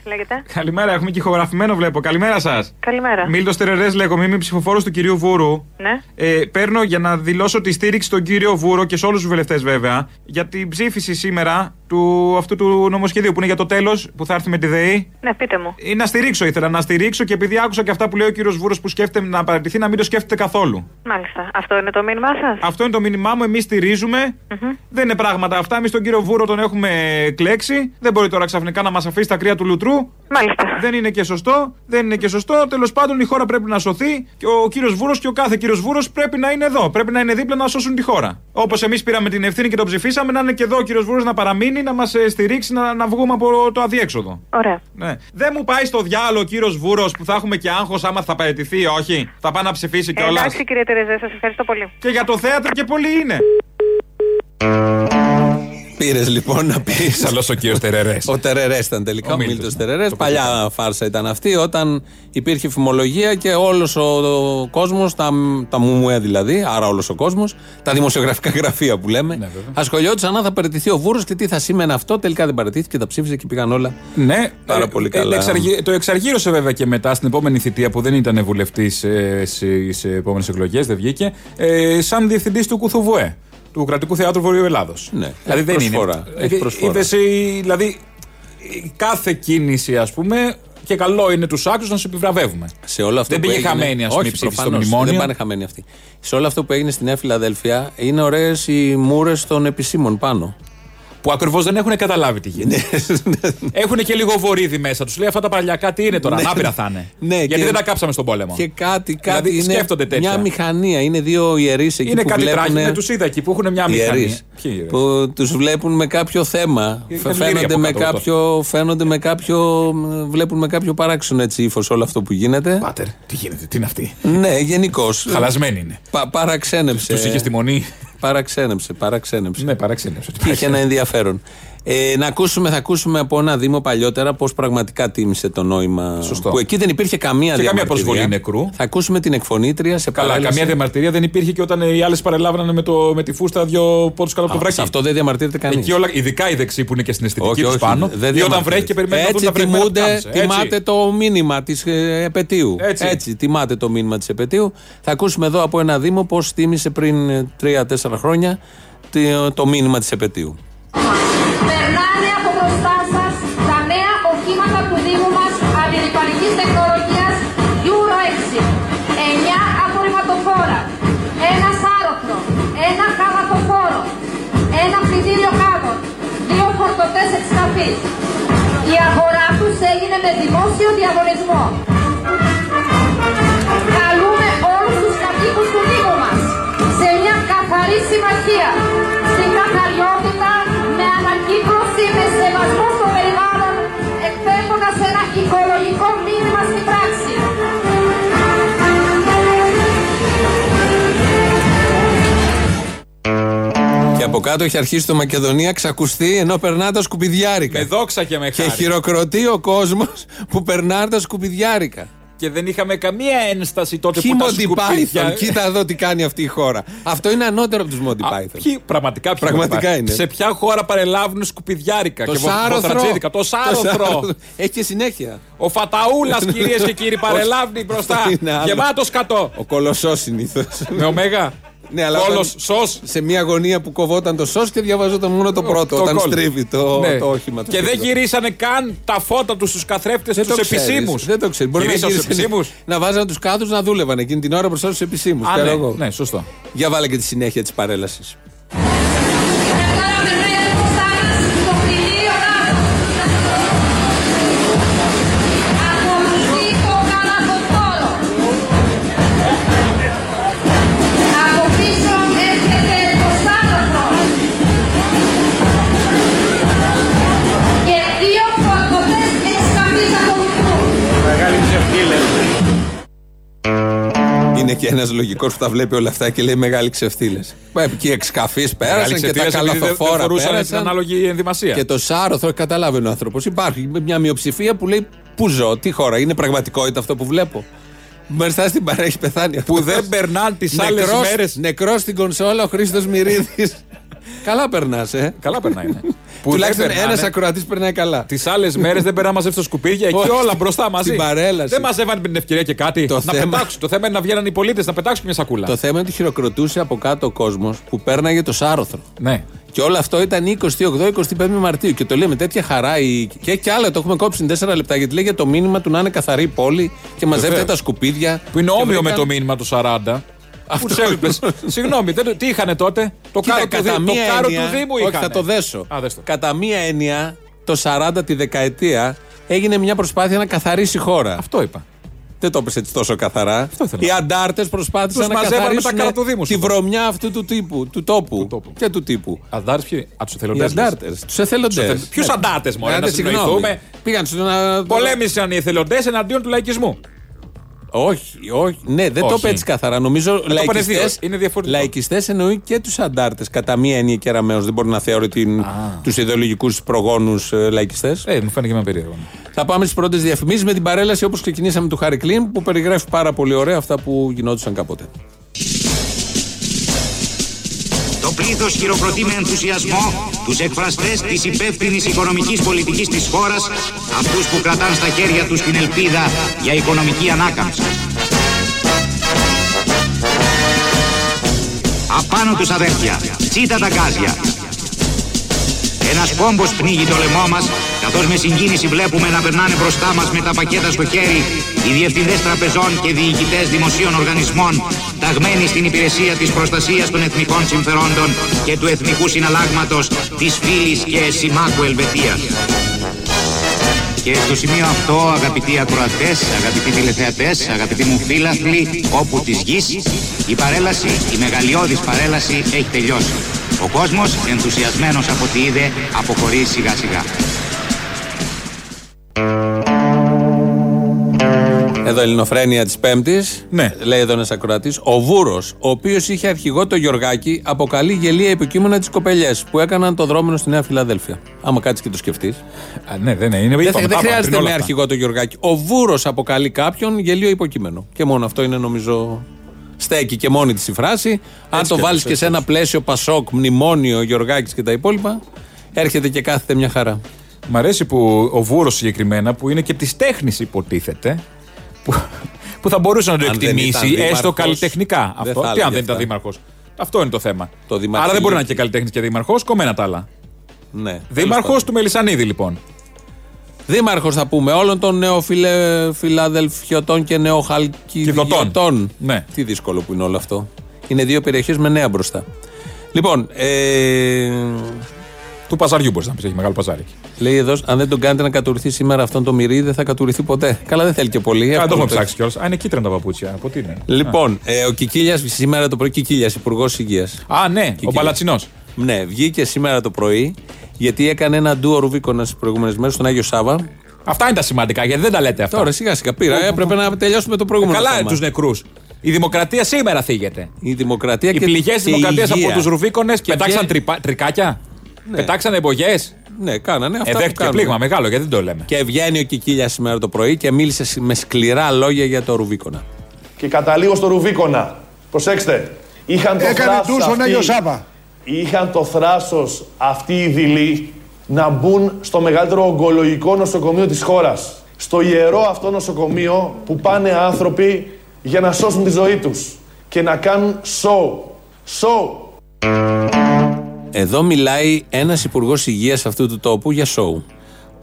Speaker 8: Λέγεται.
Speaker 9: Καλημέρα, έχουμε και ηχογραφημένο βλέπω. Καλημέρα σας.
Speaker 8: Καλημέρα.
Speaker 9: Μίλτος Τερερές, λέγομαι, είμαι ψηφοφόρος του κυρίου Βούρου.
Speaker 8: Ναι.
Speaker 9: Ε, παίρνω για να δηλώσω τη στήριξη στον κύριο Βούρο και σε όλους τους βουλευτές βέβαια για την ψήφιση σήμερα του αυτού του νομοσχεδίου που είναι για το τέλος που θα έρθει με τη ΔΕΗ.
Speaker 8: Ναι, πείτε μου.
Speaker 9: Ε, να στηρίξω, ήθελα να στηρίξω και επειδή άκουσα και αυτά που λέει ο κύριος Βούρος που σκέφτεται να παρατηθεί, να μην το σκέφτεται καθόλου.
Speaker 8: Μάλιστα. Αυτό είναι το μήνυμά σας.
Speaker 9: Αυτό είναι το μήνυμά μου. Εμείς στηρίζουμε. Δεν είναι πράγματα αυτά. Εμείς τον κύριο Βούρο τον έχουμε κλέξει. Δεν μπορεί τώρα ξαφνικά να μας αφήσει τα κρύα του λουτρού.
Speaker 8: Μάλιστα.
Speaker 9: Δεν είναι και σωστό, δεν είναι και σωστό. Τέλος πάντων, η χώρα πρέπει να σωθεί και ο κύριος Βούρος και ο κάθε κύριος Βούρος πρέπει να είναι εδώ. Πρέπει να είναι δίπλα να σώσουν τη χώρα. Όπως εμείς πήραμε την ευθύνη και το ψηφίσαμε, να είναι και εδώ ο κύριος Βούρος να παραμείνει, να μας στηρίξει, να, να βγούμε από το αδιέξοδο.
Speaker 8: Ωραία.
Speaker 9: Ναι. Δεν μου πάει στο διάλογο ο κύριος Βούρος που θα έχουμε και άγχος άμα θα παραιτηθεί ή όχι. Θα πάει να ψηφίσει κιόλας.
Speaker 8: Ε, Εντάξει, κύριε Τερεζέ, σας ευχαριστώ πολύ.
Speaker 9: Και για το θέατρο και πολύ είναι.
Speaker 2: Πήρες λοιπόν να πεις.
Speaker 3: Καλό ο κύριο Τερερέ.
Speaker 2: Ο Τερερές ήταν τελικά. Ο
Speaker 3: Ο Μίλτος,
Speaker 2: Μίλτο
Speaker 3: ναι.
Speaker 2: Τερερέ.
Speaker 3: Το
Speaker 2: Παλιά φάρσα ήταν αυτή όταν υπήρχε φημολογία και όλος ο κόσμος, τα, τα μουμουέ δηλαδή, άρα όλος ο κόσμος, τα δημοσιογραφικά (laughs) γραφεία που λέμε,
Speaker 3: Ναι,
Speaker 2: ασχολιόντουσαν αν θα παραιτηθεί ο Βούρος και τι θα σήμαινε αυτό. Τελικά δεν παραιτήθηκε, τα ψήφισε και πήγαν όλα.
Speaker 3: Ναι,
Speaker 2: Πάρα πολύ καλά.
Speaker 3: εξαργυ- το εξαργύρωσε βέβαια και μετά στην επόμενη θητεία που δεν ήταν βουλευτής ε, σε, σε επόμενες εκλογές, δεν βγήκε. Ε, σαν διευθυντής του Κουθουβουέ, του Κρατικού Θεάτρου Βορείου Ελλάδος.
Speaker 2: Ναι.
Speaker 3: δηλαδή
Speaker 2: Έχει
Speaker 3: δεν
Speaker 2: προσφορά.
Speaker 3: είναι.
Speaker 2: Έχει προσφορά.
Speaker 3: Είδες, ε, δηλαδή η κάθε κίνηση, ας πούμε, και καλό είναι τους άξιου να του επιβραβεύουμε.
Speaker 2: Σε όλο αυτό
Speaker 3: δεν
Speaker 2: που
Speaker 3: πήγε
Speaker 2: έγινε-
Speaker 3: χαμένη, ας πούμε,
Speaker 2: Όχι,
Speaker 3: η ψήφιση στο
Speaker 2: προφανώς,
Speaker 3: μνημόνιο.
Speaker 2: Δεν πάνε χαμένοι αυτοί. Σε όλο αυτό που έγινε στη Νέα Φιλαδέλφια είναι ωραίες οι μούρες των επισήμων
Speaker 3: (laughs)
Speaker 2: πάνω. (laughs)
Speaker 3: Που ακριβώς δεν έχουν καταλάβει τι γίνεται. Ναι, έχουν και λίγο βορύδι μέσα τους. Λέει αυτά τα παλιακά τι είναι τώρα.
Speaker 2: Ναι.
Speaker 3: Ανάπηρα θα είναι.
Speaker 2: Ναι,
Speaker 3: Γιατί
Speaker 2: και-
Speaker 3: δεν τα κάψαμε στον πόλεμο.
Speaker 2: Και κάτι, κάτι
Speaker 3: Δηλαδή,
Speaker 2: είναι
Speaker 3: σκέφτονται τέτοια.
Speaker 2: μια μηχανία. Είναι δύο ιερείς εκεί
Speaker 3: Είναι
Speaker 2: που
Speaker 3: κάτι
Speaker 2: βλέπουν.
Speaker 3: τράγοι. Δεν τους είδα εκεί που έχουν μια μηχανή. Ποιοι είναι?
Speaker 2: που τους βλέπουν με κάποιο θέμα.
Speaker 3: Και
Speaker 2: Φε-
Speaker 3: καλλιέργεια
Speaker 2: Φαίνονται
Speaker 3: από
Speaker 2: με,
Speaker 3: κάτω,
Speaker 2: κάποιο, φαίνονται με κάποιο. μ, Βλέπουν με κάποιο παράξενο έτσι ύφος όλο αυτό που γίνεται.
Speaker 3: Πάτερ, τι γίνεται, τι είναι αυτή.
Speaker 2: Ναι, γενικώς.
Speaker 3: Χαλασμένοι είναι.
Speaker 2: Πα, παραξένεψε.
Speaker 3: Τους είχε στη
Speaker 2: (laughs)
Speaker 3: μονή.
Speaker 2: Παραξένεψε,
Speaker 3: (laughs)
Speaker 2: παραξένεψε.
Speaker 3: Ναι, παράξενε.
Speaker 2: Και είχε ένα ενδιαφέρον. Ε, να ακούσουμε, θα ακούσουμε από ένα Δήμο παλιότερα πώς πραγματικά τίμησε το νόημα.
Speaker 3: Σωστό.
Speaker 2: Που εκεί δεν υπήρχε καμία
Speaker 3: Και καμία
Speaker 2: διαμαρτυρία.
Speaker 3: προσβολή νεκρού.
Speaker 2: Θα ακούσουμε την εκφωνήτρια σε
Speaker 3: Καλά,
Speaker 2: παρέλαση.
Speaker 3: καμία διαμαρτυρία δεν υπήρχε και όταν ε, οι άλλες παρελάβρανε με, το, με τη φούστα δύο πόντους κάτω από το βράκι.
Speaker 2: Σε αυτό δεν διαμαρτύρεται κανείς.
Speaker 3: Εκεί όλα, ειδικά οι δεξιοί που είναι και στην αισθητική του πάνω. ή
Speaker 2: δεν
Speaker 3: όταν
Speaker 2: διαμαρτύρεται.
Speaker 3: βρέχει και περιμένει να
Speaker 2: Έτσι
Speaker 3: δουν τα βρέχματα που
Speaker 2: τιμούνται,
Speaker 3: κάμισε. Έτσι.
Speaker 2: τιμάται το μήνυμα της επαιτίου.
Speaker 3: Έτσι.
Speaker 2: τιμάται το μήνυμα της επαιτίου. Θα ακούσουμε εδώ από ένα Δήμο πώς τίμησε πριν 3-4 χρόνια το, το μήνυμα της επαιτίου.
Speaker 10: Περνάνε από μπροστά σας τα νέα οχήματα του Δήμου μας αντιρρηπανική τεχνολογία Euro 6. Εννιά απορριμματοφόρα. Ένα σάροπλο. Ένα χαβατοφόρο. Ένα πλυντήριο κάβων. Δύο φορτωτές εξκαφή. Η αγορά τους έγινε με δημόσιο διαγωνισμό. Καλούμε όλους τους κατοίκους του Δήμου μας σε μια καθαρή συμμαχία, στην καθαριότητα, με ανακύκλωση, με σεβασμό στο περιβάλλον, εκπέμποντας ένα οικολογικό μήνυμα στην πράξη.
Speaker 2: Και από κάτω έχει αρχίσει το Μακεδονία ξακουστεί ενώ περνά τα σκουπιδιάρικα.
Speaker 3: Με Ε, δόξα και με
Speaker 2: Και
Speaker 3: χάρη.
Speaker 2: χειροκροτεί ο κόσμος που περνά τα σκουπιδιάρικα.
Speaker 3: Και δεν είχαμε καμία ένσταση τότε
Speaker 2: Ποιοι
Speaker 3: που τα
Speaker 2: Monty
Speaker 3: σκουπίδια-
Speaker 2: Python, κοίτα εδώ τι κάνει αυτή η χώρα. Αυτό είναι ανώτερο από τους Monty
Speaker 3: Α,
Speaker 2: Python.
Speaker 3: Ποιοι, πραγματικά ποιοι
Speaker 2: Πραγματικά
Speaker 3: Monty Python.
Speaker 2: είναι.
Speaker 3: Σε ποια χώρα παρελάβουν σκουπιδιάρικα
Speaker 2: Το
Speaker 3: και βο-
Speaker 2: σάρωθρο.
Speaker 3: βοθρατζίδικα. Το σάρωθρο.
Speaker 2: Έχει και συνέχεια.
Speaker 3: Ο Φαταούλας, κυρίες
Speaker 2: (laughs)
Speaker 3: και κύριοι, παρελάβει μπροστά.
Speaker 2: Αυτό είναι Ναι. άλλο.
Speaker 3: Γεμάτο κατώ.
Speaker 2: (laughs) Ο κολοσσός συνήθως.
Speaker 3: Με ωμέγα.
Speaker 2: Ναι, αλλά
Speaker 3: Κόλος,
Speaker 2: όταν- Σε μια γωνία που κοβόταν το σο και διαβαζόταν μόνο το πρώτο. όταν
Speaker 3: κόλ.
Speaker 2: στρίβει το,
Speaker 3: Ναι.
Speaker 2: το όχημα. το
Speaker 3: Και δεν
Speaker 2: σκουπίδι.
Speaker 3: γυρίσανε καν τα φώτα τους στους καθρέφτες
Speaker 2: Δεν
Speaker 3: τους
Speaker 2: το ξέρεις.
Speaker 3: επισήμους.
Speaker 2: Δεν το ξέρεις. Μπορεί να
Speaker 3: Γυρίσανε στους
Speaker 2: γύρισαν-
Speaker 3: επισήμους.
Speaker 2: Να βάζανε τους κάδους να δούλευαν εκείνη την ώρα μπροστά στους επισήμου.
Speaker 3: Α, ναι. ναι, σωστό.
Speaker 2: Για βάλε και τη συνέχεια της παρέλασης.
Speaker 11: Ah, Ah,
Speaker 10: Από πίσω έρχεται το Σάββατο. Και δύο φορτωτές εξκαμίζα το μικρό.
Speaker 2: Είναι και ένας λογικός που τα βλέπει όλα αυτά και λέει μεγάλη ξεφτύλες. Και οι εξκαφείς πέρασαν και τα
Speaker 3: ξεφτύλες επειδή δεν- δεν
Speaker 2: καλαθοφόρα
Speaker 3: φορούσαν την
Speaker 2: πέρασαν.
Speaker 3: ανάλογη ενδυμασία.
Speaker 2: Και το σάρωθρο καταλάβαινε ο άνθρωπος. Υπάρχει μια μειοψηφία που λέει Πού ζω, τι χώρα, είναι πραγματικότητα αυτό που βλέπω. Μπροστά στην παρέα έχει πεθάνει αυτό.
Speaker 3: Που δεν περνάνε τις άλλες
Speaker 2: Νεκρός-
Speaker 3: μέρες.
Speaker 2: Νεκρός στην κονσόλα ο Χρήστος
Speaker 3: (laughs)
Speaker 2: Μυρίδης. καλά περνάς, ε.
Speaker 3: Καλά περνάει. ναι. Που
Speaker 2: (laughs) Τουλάχιστον
Speaker 3: δεν περνάνε.
Speaker 2: ένας ακροατής περνάει καλά.
Speaker 3: Τις άλλες μέρες δεν περνά μαζεύσει τα
Speaker 2: (laughs)
Speaker 3: σκουπίδια εκεί
Speaker 2: Όχι.
Speaker 3: όλα μπροστά μαζί.
Speaker 2: Στην παρέλαση.
Speaker 3: Δεν μαζεύανε με την ευκαιρία και κάτι.
Speaker 2: Το
Speaker 3: να
Speaker 2: θέμα-
Speaker 3: πετάξουν. Το θέμα είναι να βγαίνουν οι πολίτες να πετάξουν μια σακούλα.
Speaker 2: Το θέμα είναι ότι χειροκροτούσε από κάτω ο κόσμος που πέρναγε το σάρωθρο.
Speaker 3: Ναι.
Speaker 2: Και όλο αυτό ήταν 28-25 Μαρτίου. Και το λέμε τέτοια χαρά. η- Και, και άλλα το έχουμε κόψει 4 λεπτά. Γιατί λέγεται το μήνυμα του να είναι καθαρή η πόλη και μαζεύτε
Speaker 3: Βεβαίως.
Speaker 2: τα σκουπίδια.
Speaker 3: Που είναι
Speaker 2: Και
Speaker 3: όμοιο
Speaker 2: βρήκαν-
Speaker 3: με το μήνυμα του 40.
Speaker 2: Αυτό.
Speaker 3: Αυτό Συγγνώμη, δεν, το- τι είχαν τότε. Το
Speaker 2: Κοίτα,
Speaker 3: κάρο, του,
Speaker 2: κατά
Speaker 3: δήμου, το
Speaker 2: μία
Speaker 3: κάρο
Speaker 2: έννοια-
Speaker 3: του Δήμου
Speaker 2: Όχι,
Speaker 3: είχαν.
Speaker 2: θα το δέσω.
Speaker 3: Α, δες το.
Speaker 2: Κατά μία έννοια, το 40 τη δεκαετία έγινε μια προσπάθεια να καθαρίσει η χώρα.
Speaker 3: Αυτό είπα.
Speaker 2: Δεν το έπεσε έτσι τόσο καθαρά.
Speaker 3: ήθελα.
Speaker 2: Οι αντάρτες προσπάθησαν
Speaker 3: Τους
Speaker 2: να
Speaker 3: μαζεύανε
Speaker 2: καθαρίσουν
Speaker 3: τα κάρα του Δήμου,
Speaker 2: τη
Speaker 3: σου είπα.
Speaker 2: βρωμιά αυτού του τύπου. Του τόπου.
Speaker 3: τόπου.
Speaker 2: Και του τύπου.
Speaker 3: Αντάρτες ποιοι. Α, τους
Speaker 2: Οι Ναι.
Speaker 3: εθελοντέ.
Speaker 2: αντάρτες. Τους εθελοντές.
Speaker 3: Ποιου αντάρτε, Ναι. Μωρέ, να συνοηθούμε.
Speaker 2: Πήγαν στο να.
Speaker 3: Πολέμησαν οι εθελοντές εναντίον του λαϊκισμού.
Speaker 2: Όχι, όχι. Ναι, δεν
Speaker 3: Όχι. Ε,
Speaker 2: το πέτσε καθαρά. Νομίζω
Speaker 3: το πανεθύω.
Speaker 2: λαϊκιστές,
Speaker 3: Είναι διαφορετικό.
Speaker 2: λαϊκιστές εννοεί και τους αντάρτες. Κατά μία έννοια και ραμαίος. Δεν μπορεί να θεωρεί τους ιδεολογικούς προγόνους λαϊκιστές.
Speaker 3: Ε, μου φαίνεται και με περίεργο.
Speaker 2: Θα πάμε στις πρώτες διαφημίσεις με την παρέλαση όπως ξεκινήσαμε του Χάρη Κλίν που περιγράφει πάρα πολύ ωραία αυτά που γινόντουσαν κάποτε.
Speaker 1: Το πλήθο χειροκροτεί με ενθουσιασμό τους εκφραστές της υπεύθυνης οικονομικής πολιτικής της χώρας, αυτούς που κρατάνε στα χέρια τους την ελπίδα για οικονομική ανάκαμψη. Απάνω τους αδέρφια, τσίτα τα γκάζια. Ένας κόμπος πνίγει το λαιμό μας, καθώς με συγκίνηση βλέπουμε να περνάνε μπροστά μας με τα πακέτα στο χέρι οι διευθυντές τραπεζών και διοικητές δημοσίων οργανισμών, ταγμένοι στην υπηρεσία της προστασίας των εθνικών συμφερόντων και του εθνικού συναλλάγματος της φίλης και συμμάχου Ελβετίας. Και στο σημείο αυτό, αγαπητοί ακροατές, αγαπητοί τηλεθεατές, αγαπητοί μου φίλαθλοι, όπου της γης, η παρέλαση, η μεγαλειώδης παρέλαση έχει τελειώσει. Ο κόσμος, ενθουσιασμένος από ό,τι είδε, αποχωρεί σιγά σιγά.
Speaker 2: Εδώ Ελληνοφρένεια της Πέμπτης.
Speaker 3: Ναι.
Speaker 2: Λέει εδώ ένας ακροατής. Ο Βούρος, ο οποίος είχε αρχηγό το Γιωργάκη, αποκαλεί γελία υποκείμενα τις κοπελιέ που έκαναν το δρόμενο στη Νέα Φιλαδέλφια. Άμα κάτσεις και το σκεφτείς.
Speaker 3: Α, ναι, δεν είναι.
Speaker 2: Δεν,
Speaker 3: είπαμε,
Speaker 2: δεν
Speaker 3: πάμε πριν
Speaker 2: χρειάζεται
Speaker 3: όλα
Speaker 2: με
Speaker 3: αυτά.
Speaker 2: αρχηγό το Γιωργάκη. Ο Βούρος αποκαλεί κάποιον γελίο υποκείμενο. Και μόνο αυτό είναι νομίζω. Στέκει και μόνη της η φράση. Αν το
Speaker 3: κι
Speaker 2: βάλει
Speaker 3: αλλιώς,
Speaker 2: και σε ένα πλαίσιο Πασόκ, μνημόνιο, Γιωργάκης και τα υπόλοιπα, έρχεται και κάθεται μια χαρά.
Speaker 3: Μ' αρέσει που ο Βούρος συγκεκριμένα, που είναι και της τέχνης υποτίθεται, που, που θα μπορούσε να το
Speaker 2: Αν δεν ήταν
Speaker 3: εκτιμήσει
Speaker 2: δήμαρχος,
Speaker 3: έστω καλλιτεχνικά.
Speaker 2: δεν
Speaker 3: Αυτό.
Speaker 2: θα
Speaker 3: Τι αν
Speaker 2: έλεγε
Speaker 3: δεν ήταν
Speaker 2: αυτά.
Speaker 3: δήμαρχος. Αυτό είναι το θέμα.
Speaker 2: Το δημαρχείο.
Speaker 3: Άρα δεν μπορεί να είναι και καλλιτέχνης και δήμαρχος, κομμένα τα άλλα.
Speaker 2: Ναι.
Speaker 3: Δήμαρχος του Μελισανίδη, λοιπόν.
Speaker 2: Δήμαρχος θα πούμε όλων των νεοφιλαδελφιωτών και νεοχαλκιδιωτών.
Speaker 3: Ναι.
Speaker 2: Τι δύσκολο που είναι όλο αυτό. Είναι δύο περιοχές με νέα μπροστά. Λοιπόν, ε,
Speaker 3: Του παζαριού μπορείς να πεις, έχει μεγάλο παζάρι.
Speaker 2: λέει εδώ, αν δεν τον κάνετε να κατουρηθεί σήμερα αυτόν το μυρί, δεν θα κατουρηθεί ποτέ. Καλά, δεν θέλει και πολύ.
Speaker 3: Α,
Speaker 2: Εύκολο
Speaker 3: δεν το έχουμε
Speaker 2: το
Speaker 3: ψάξει κιόλας. Α, είναι κίτρινα τα παπούτσια. Από τι είναι.
Speaker 2: Λοιπόν, ε, ο Κικίλιας σήμερα το πρωί, Κικίλιας, Υπουργός Υγείας.
Speaker 3: Α, Α, ναι, ο
Speaker 2: Κικίλιας.
Speaker 3: Παλατσινός.
Speaker 2: Ναι, βγήκε σήμερα το πρωί γιατί έκανε ένα ντουο Ρουβίκονα τι προηγούμενες μέρες στον Άγιο Σάβα.
Speaker 3: Αυτά είναι τα σημαντικά γιατί δεν τα λέτε αυτά. Ε,
Speaker 2: Τώρα σιγά σιγά πήρα. Ε, Έπρεπε να τελειώσουμε το προηγούμενο.
Speaker 3: Καλά
Speaker 2: θέμα.
Speaker 3: τους νεκρούς. Η δημοκρατία σήμερα θίγεται.
Speaker 2: Η δημοκρατία
Speaker 3: Οι
Speaker 2: και
Speaker 3: πληγές τη
Speaker 2: και η
Speaker 3: δημοκρατίας
Speaker 2: υγεία.
Speaker 3: από τους Ρουβίκονε πετάξαν
Speaker 2: βγαίνει-
Speaker 3: τρυπα- τρικάκια. Πετάξαν επογέ.
Speaker 2: Ναι, κάνανε αυτά. που
Speaker 3: Εδέχτηκε
Speaker 2: κάνουμε.
Speaker 3: πλήγμα μεγάλο γιατί δεν το λέμε.
Speaker 2: Και βγαίνει ο Κικίλιας σήμερα το πρωί και μίλησε σ- με σκληρά λόγια για το Ρουβίκονα.
Speaker 12: Και καταλήγω στο Ρουβίκονα. Προσέξτε. Είχαν το
Speaker 13: Έκανε
Speaker 12: θράσος
Speaker 13: ντου στον
Speaker 12: αυτοί-
Speaker 13: Άγιο Σάβα.
Speaker 12: Είχαν το θράσος αυτοί οι δειλοί να μπουν στο μεγαλύτερο ογκολογικό νοσοκομείο της χώρας. Στο ιερό αυτό νοσοκομείο που πάνε άνθρωποι για να σώσουν τη ζωή τους και να κάνουν σοου. Σοου.
Speaker 2: Εδώ μιλάει ένας υπουργός υγείας αυτού του τόπου για σοου.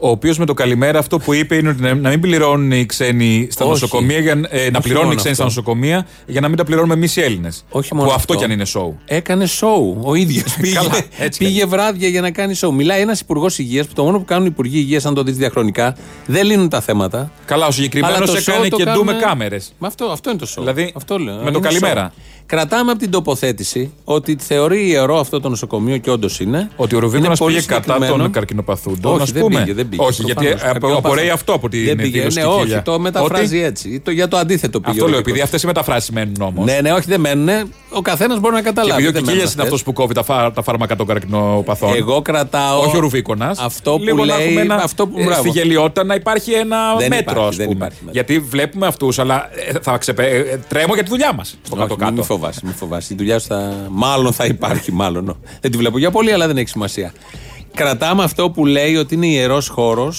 Speaker 3: Ο οποίος με το καλημέρα αυτό που είπε είναι ότι να- να μην πληρώνουν οι ξένοι στα
Speaker 2: Όχι.
Speaker 3: νοσοκομεία, για, να- ε, να
Speaker 2: Όχι
Speaker 3: πληρώνουν οι
Speaker 2: μόνο
Speaker 3: ξένοι στα
Speaker 2: αυτό.
Speaker 3: νοσοκομεία για να μην τα πληρώνουμε εμείς οι Έλληνες.
Speaker 2: Όχι
Speaker 3: Που
Speaker 2: μόνο
Speaker 3: αυτό,
Speaker 2: αυτό.
Speaker 3: κι αν είναι σοου.
Speaker 2: Έκανε σοου. Ο ίδιος πήγε, πήγε βράδια για να κάνει σοου. Μιλάει ένας υπουργός υγείας που το μόνο που κάνουν οι υπουργοί υγείας, αν το δεις διαχρονικά, δεν λύνουν τα θέματα.
Speaker 3: Καλά, ο συγκεκριμένος
Speaker 2: Αλλά το
Speaker 3: έκανε
Speaker 2: show το
Speaker 3: και ντου με
Speaker 2: κάνουμε-
Speaker 3: κάμερε.
Speaker 2: Με αυτό, αυτό είναι το σοου.
Speaker 3: Δηλαδή,
Speaker 2: αυτό λέω.
Speaker 3: με το
Speaker 2: Είναι
Speaker 3: καλημέρα.
Speaker 2: show. Κρατάμε από την τοποθέτηση ότι θεωρεί ιερό αυτό το νοσοκομείο και όντως είναι.
Speaker 3: Ότι ο Ρουβίκονα
Speaker 2: Είναι πολύ
Speaker 3: πήγε κατά
Speaker 2: συγκεκριμένο.
Speaker 3: των καρκινοπαθούντων.
Speaker 2: Όχι,
Speaker 3: ας
Speaker 2: δεν
Speaker 3: πούμε.
Speaker 2: πήγε, δεν πήγε.
Speaker 3: Όχι, γιατί
Speaker 2: Προφανώς.
Speaker 3: απο- απορρέει αυτό από την
Speaker 2: Δεν πήγε.
Speaker 3: δήλωση
Speaker 2: Ναι,
Speaker 3: του
Speaker 2: όχι,
Speaker 3: Κίλια.
Speaker 2: το μεταφράζει έτσι. Το, για το αντίθετο πήγε.
Speaker 3: Αυτό
Speaker 2: ο
Speaker 3: λέω,
Speaker 2: Ρουβίκονας.
Speaker 3: επειδή αυτές οι μεταφράσεις μένουν όμως.
Speaker 2: Ναι, ναι, όχι, δεν μένουν. Ο καθένας μπορεί να
Speaker 3: Και
Speaker 2: καταλάβει.
Speaker 3: επειδή ο
Speaker 2: δεν
Speaker 3: Κικίλια
Speaker 2: μένουν
Speaker 3: είναι αυτό
Speaker 2: αυτές.
Speaker 3: που κόβει τα, φά- τα φάρμακα των καρκινοπαθών.
Speaker 2: Εγώ κρατάω.
Speaker 3: Όχι ο Ρουβίκονας.
Speaker 2: Αυτό που
Speaker 3: Λίγο να
Speaker 2: λέει.
Speaker 3: έχουμε ένα,
Speaker 2: αυτό που,
Speaker 3: ε,
Speaker 2: μπράβο.
Speaker 3: στη γελιότητα να υπάρχει ένα
Speaker 2: Δεν
Speaker 3: μέτρο,
Speaker 2: υπάρχει,
Speaker 3: ας
Speaker 2: δεν
Speaker 3: πούμε.
Speaker 2: υπάρχει μέτρο.
Speaker 3: γιατί βλέπουμε αυτούς, αλλά ε, θα ξεπε... ε, τρέμω για τη δουλειά μας. Στο
Speaker 2: Όχι,
Speaker 3: κάτω-κάτω.
Speaker 2: Μην φοβάσαι, μην φοβάσαι. Η δουλειά σου θα. Μάλλον θα υπάρχει, μάλλον. ναι. Δεν τη βλέπω για πολύ, αλλά δεν έχει σημασία. Κρατάμε αυτό που λέει ότι είναι ιερός χώρος